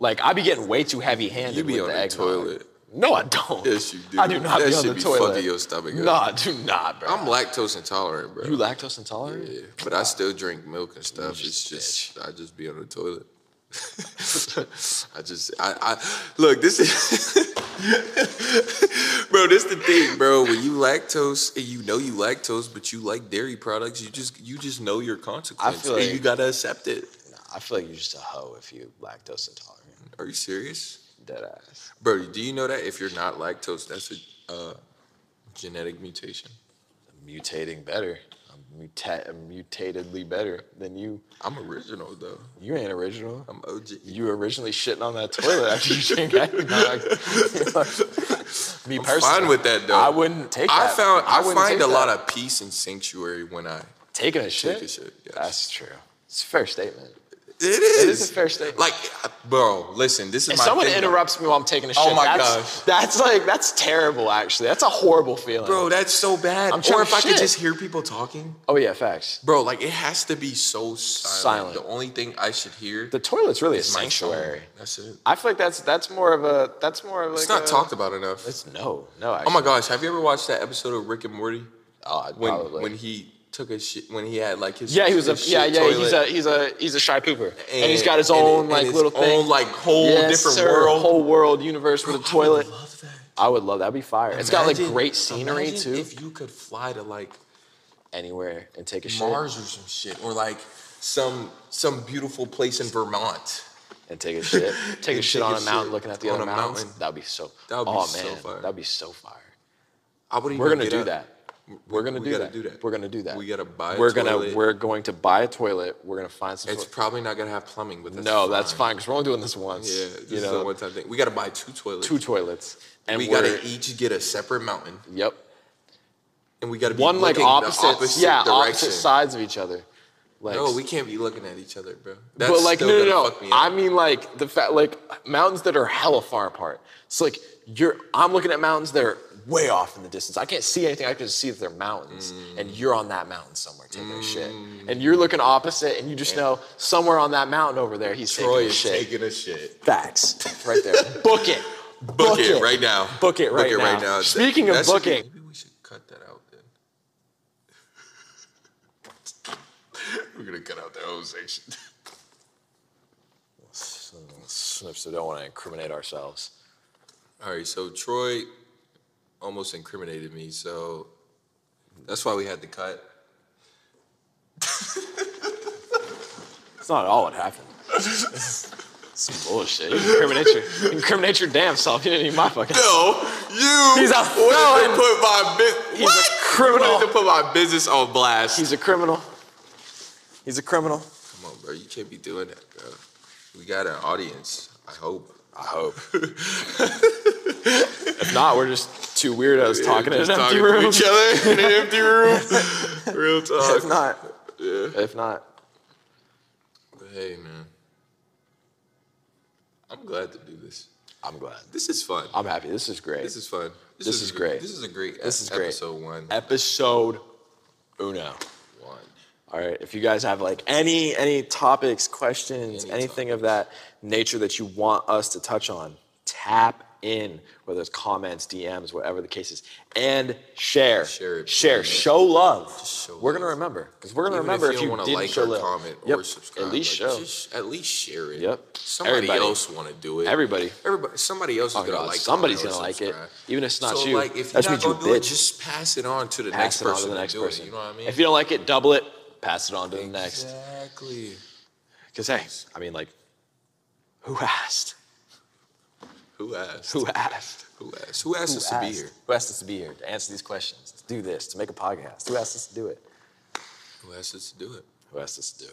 Like I be getting way too heavy-handed you be with on the, the eggnog. toilet. No, I don't. Yes, you do. I do not That be on should the be toilet. fucking your stomach up. Nah, do not, bro. I'm lactose intolerant, bro. you lactose intolerant? Yeah, but I still drink milk and stuff. It's just I just be on the toilet. I just I, I look this is bro. This the thing, bro. When you lactose and you know you lactose, but you like dairy products, you just you just know your consequence feel and like- you gotta accept it. Nah, I feel like you're just a hoe if you lactose intolerant. Are you serious, Dead ass. bro? Do you know that if you're not lactose, that's a uh, genetic mutation? mutating better. I'm muta- mutatedly better than you. I'm original though. You ain't original. I'm OG. you were originally shitting on that toilet after you drank it. Me personally, fine with that, though. I wouldn't take I that. found I, wouldn't find take a that. lot of peace and sanctuary when I taking a shit. take a shit. Yes. That's true. It's a fair statement. it is. is a fair statement. Like, bro, listen. This is If my someone thing, though. interrupts me while I'm taking a shit, Oh my that's, gosh. that's like that's terrible. Actually, that's a horrible feeling. Bro, that's so bad. I'm trying or to if I could shit. just hear people talking. Oh yeah, facts. Bro, like it has to be so silent. Silent. The only thing I should hear The toilet's really a is my phone. sanctuary. That's it. I feel like that's that's more of a that's more of like It's not a, talked about enough. It's no, no. Actually. Oh my gosh, have you ever watched that episode of Rick and Morty? Oh, When probably. when he took a shit when he had like his yeah, he was a his yeah shit yeah. He's toilet a he's a he's a shy pooper, and, he's and- got his and- own and like his little thing. own, like whole Yes, different sir. world. whole world universe with a toilet. I would love that. I would love that'd be fire. it's got like Imagine- great scenery too. imagine If you could fly to like Anywhere and take a shit Mars or some shit, or like some some beautiful place in Vermont. and take a shit, take a And shit take on a a mountain, shit looking at the on other a mountains. mountain. That'd be so. That would be oh so man, fire. that'd be so fire. I wouldn't We're even gonna get do up. that. We're gonna we do, gotta that. do that. We're gonna do that. We gotta buy a We're toilet. gonna. We're going to buy a toilet. We're gonna find some. It's toilet- probably not gonna have plumbing, but that's no, that's fine because we're only doing this once. Yeah, this you is know, a one-time thing. We gotta buy two toilets. two toilets, and we we're, gotta each get a separate mountain, Yep. and we gotta be One like looking the opposite, opposite yeah, direction. opposite sides of each other. Like, No, we can't be looking at each other, bro. That's but like, still no, no, gonna no. fuck me up. I mean, like the fact, like mountains that are hella far apart. It's like you're. I'm looking at mountains that are way off in the distance. I can't see anything. I can just see that they're mountains, and Mm. you're on that mountain somewhere taking a shit, and you're looking opposite, and you just know somewhere on that mountain over there he's taking a Troy is shit. taking a shit. Facts, right there. Book it. Book, Book it right now. Book it right, Book it now. right now. Speaking That of should be- booking, maybe we should cut that out then. We're gonna cut out the whole section. snips that don't want to incriminate ourselves. All right, so Troy almost incriminated me, so that's why we had to cut. It's not at all what happened. Some bullshit. You incriminate your, incriminate your damn self. You didn't need my fucking. No, you. He's a wanted to felon. put my bu- He's a what? criminal. You wanted to put my business on blast. He's a criminal. He's a criminal. Come on, bro. You can't be doing that, bro. We got an audience. I hope. I hope. if not, we're just two weirdos talking in an Just empty talking to room. each other in an empty room. Real talk. If not, if not, Hey, man. I'm glad to do this. I'm glad. This is fun. I'm happy. This is great. This is fun. This, This is a- great. This is a great. This is great. Episode one. episode uno. one. All right. If you guys have like any any topics, questions, anything of that nature that you want us to touch on, tap in whether it's comments, DMs, whatever the case is, and share, Share it. share, show love. show we're gonna love. remember because we're gonna Even remember if you, want to like show or love. comment Yep, or subscribe, At least like, show. just at least share it. Yep. Somebody Everybody. else want to do it. Everybody. Everybody. Somebody else is Oh, gonna God, like. somebody's comment or gonna like it, subscribe. even if it's not so, you. Like, if That's you're what not you gonna do it, bitch. just pass it on to the pass next it on person. to the to next do person. It, you know what I mean? If you don't like it, double it. Pass it on to the next. exactly. Because hey, I mean, like, who asked? Who asked? Who asked? Who asked? Who asked us Who to be asked- here? Who asked us to be here to answer these questions, to do this, to make a podcast? Who asked us to do it? Who asked us to do it? Who asked us to do it?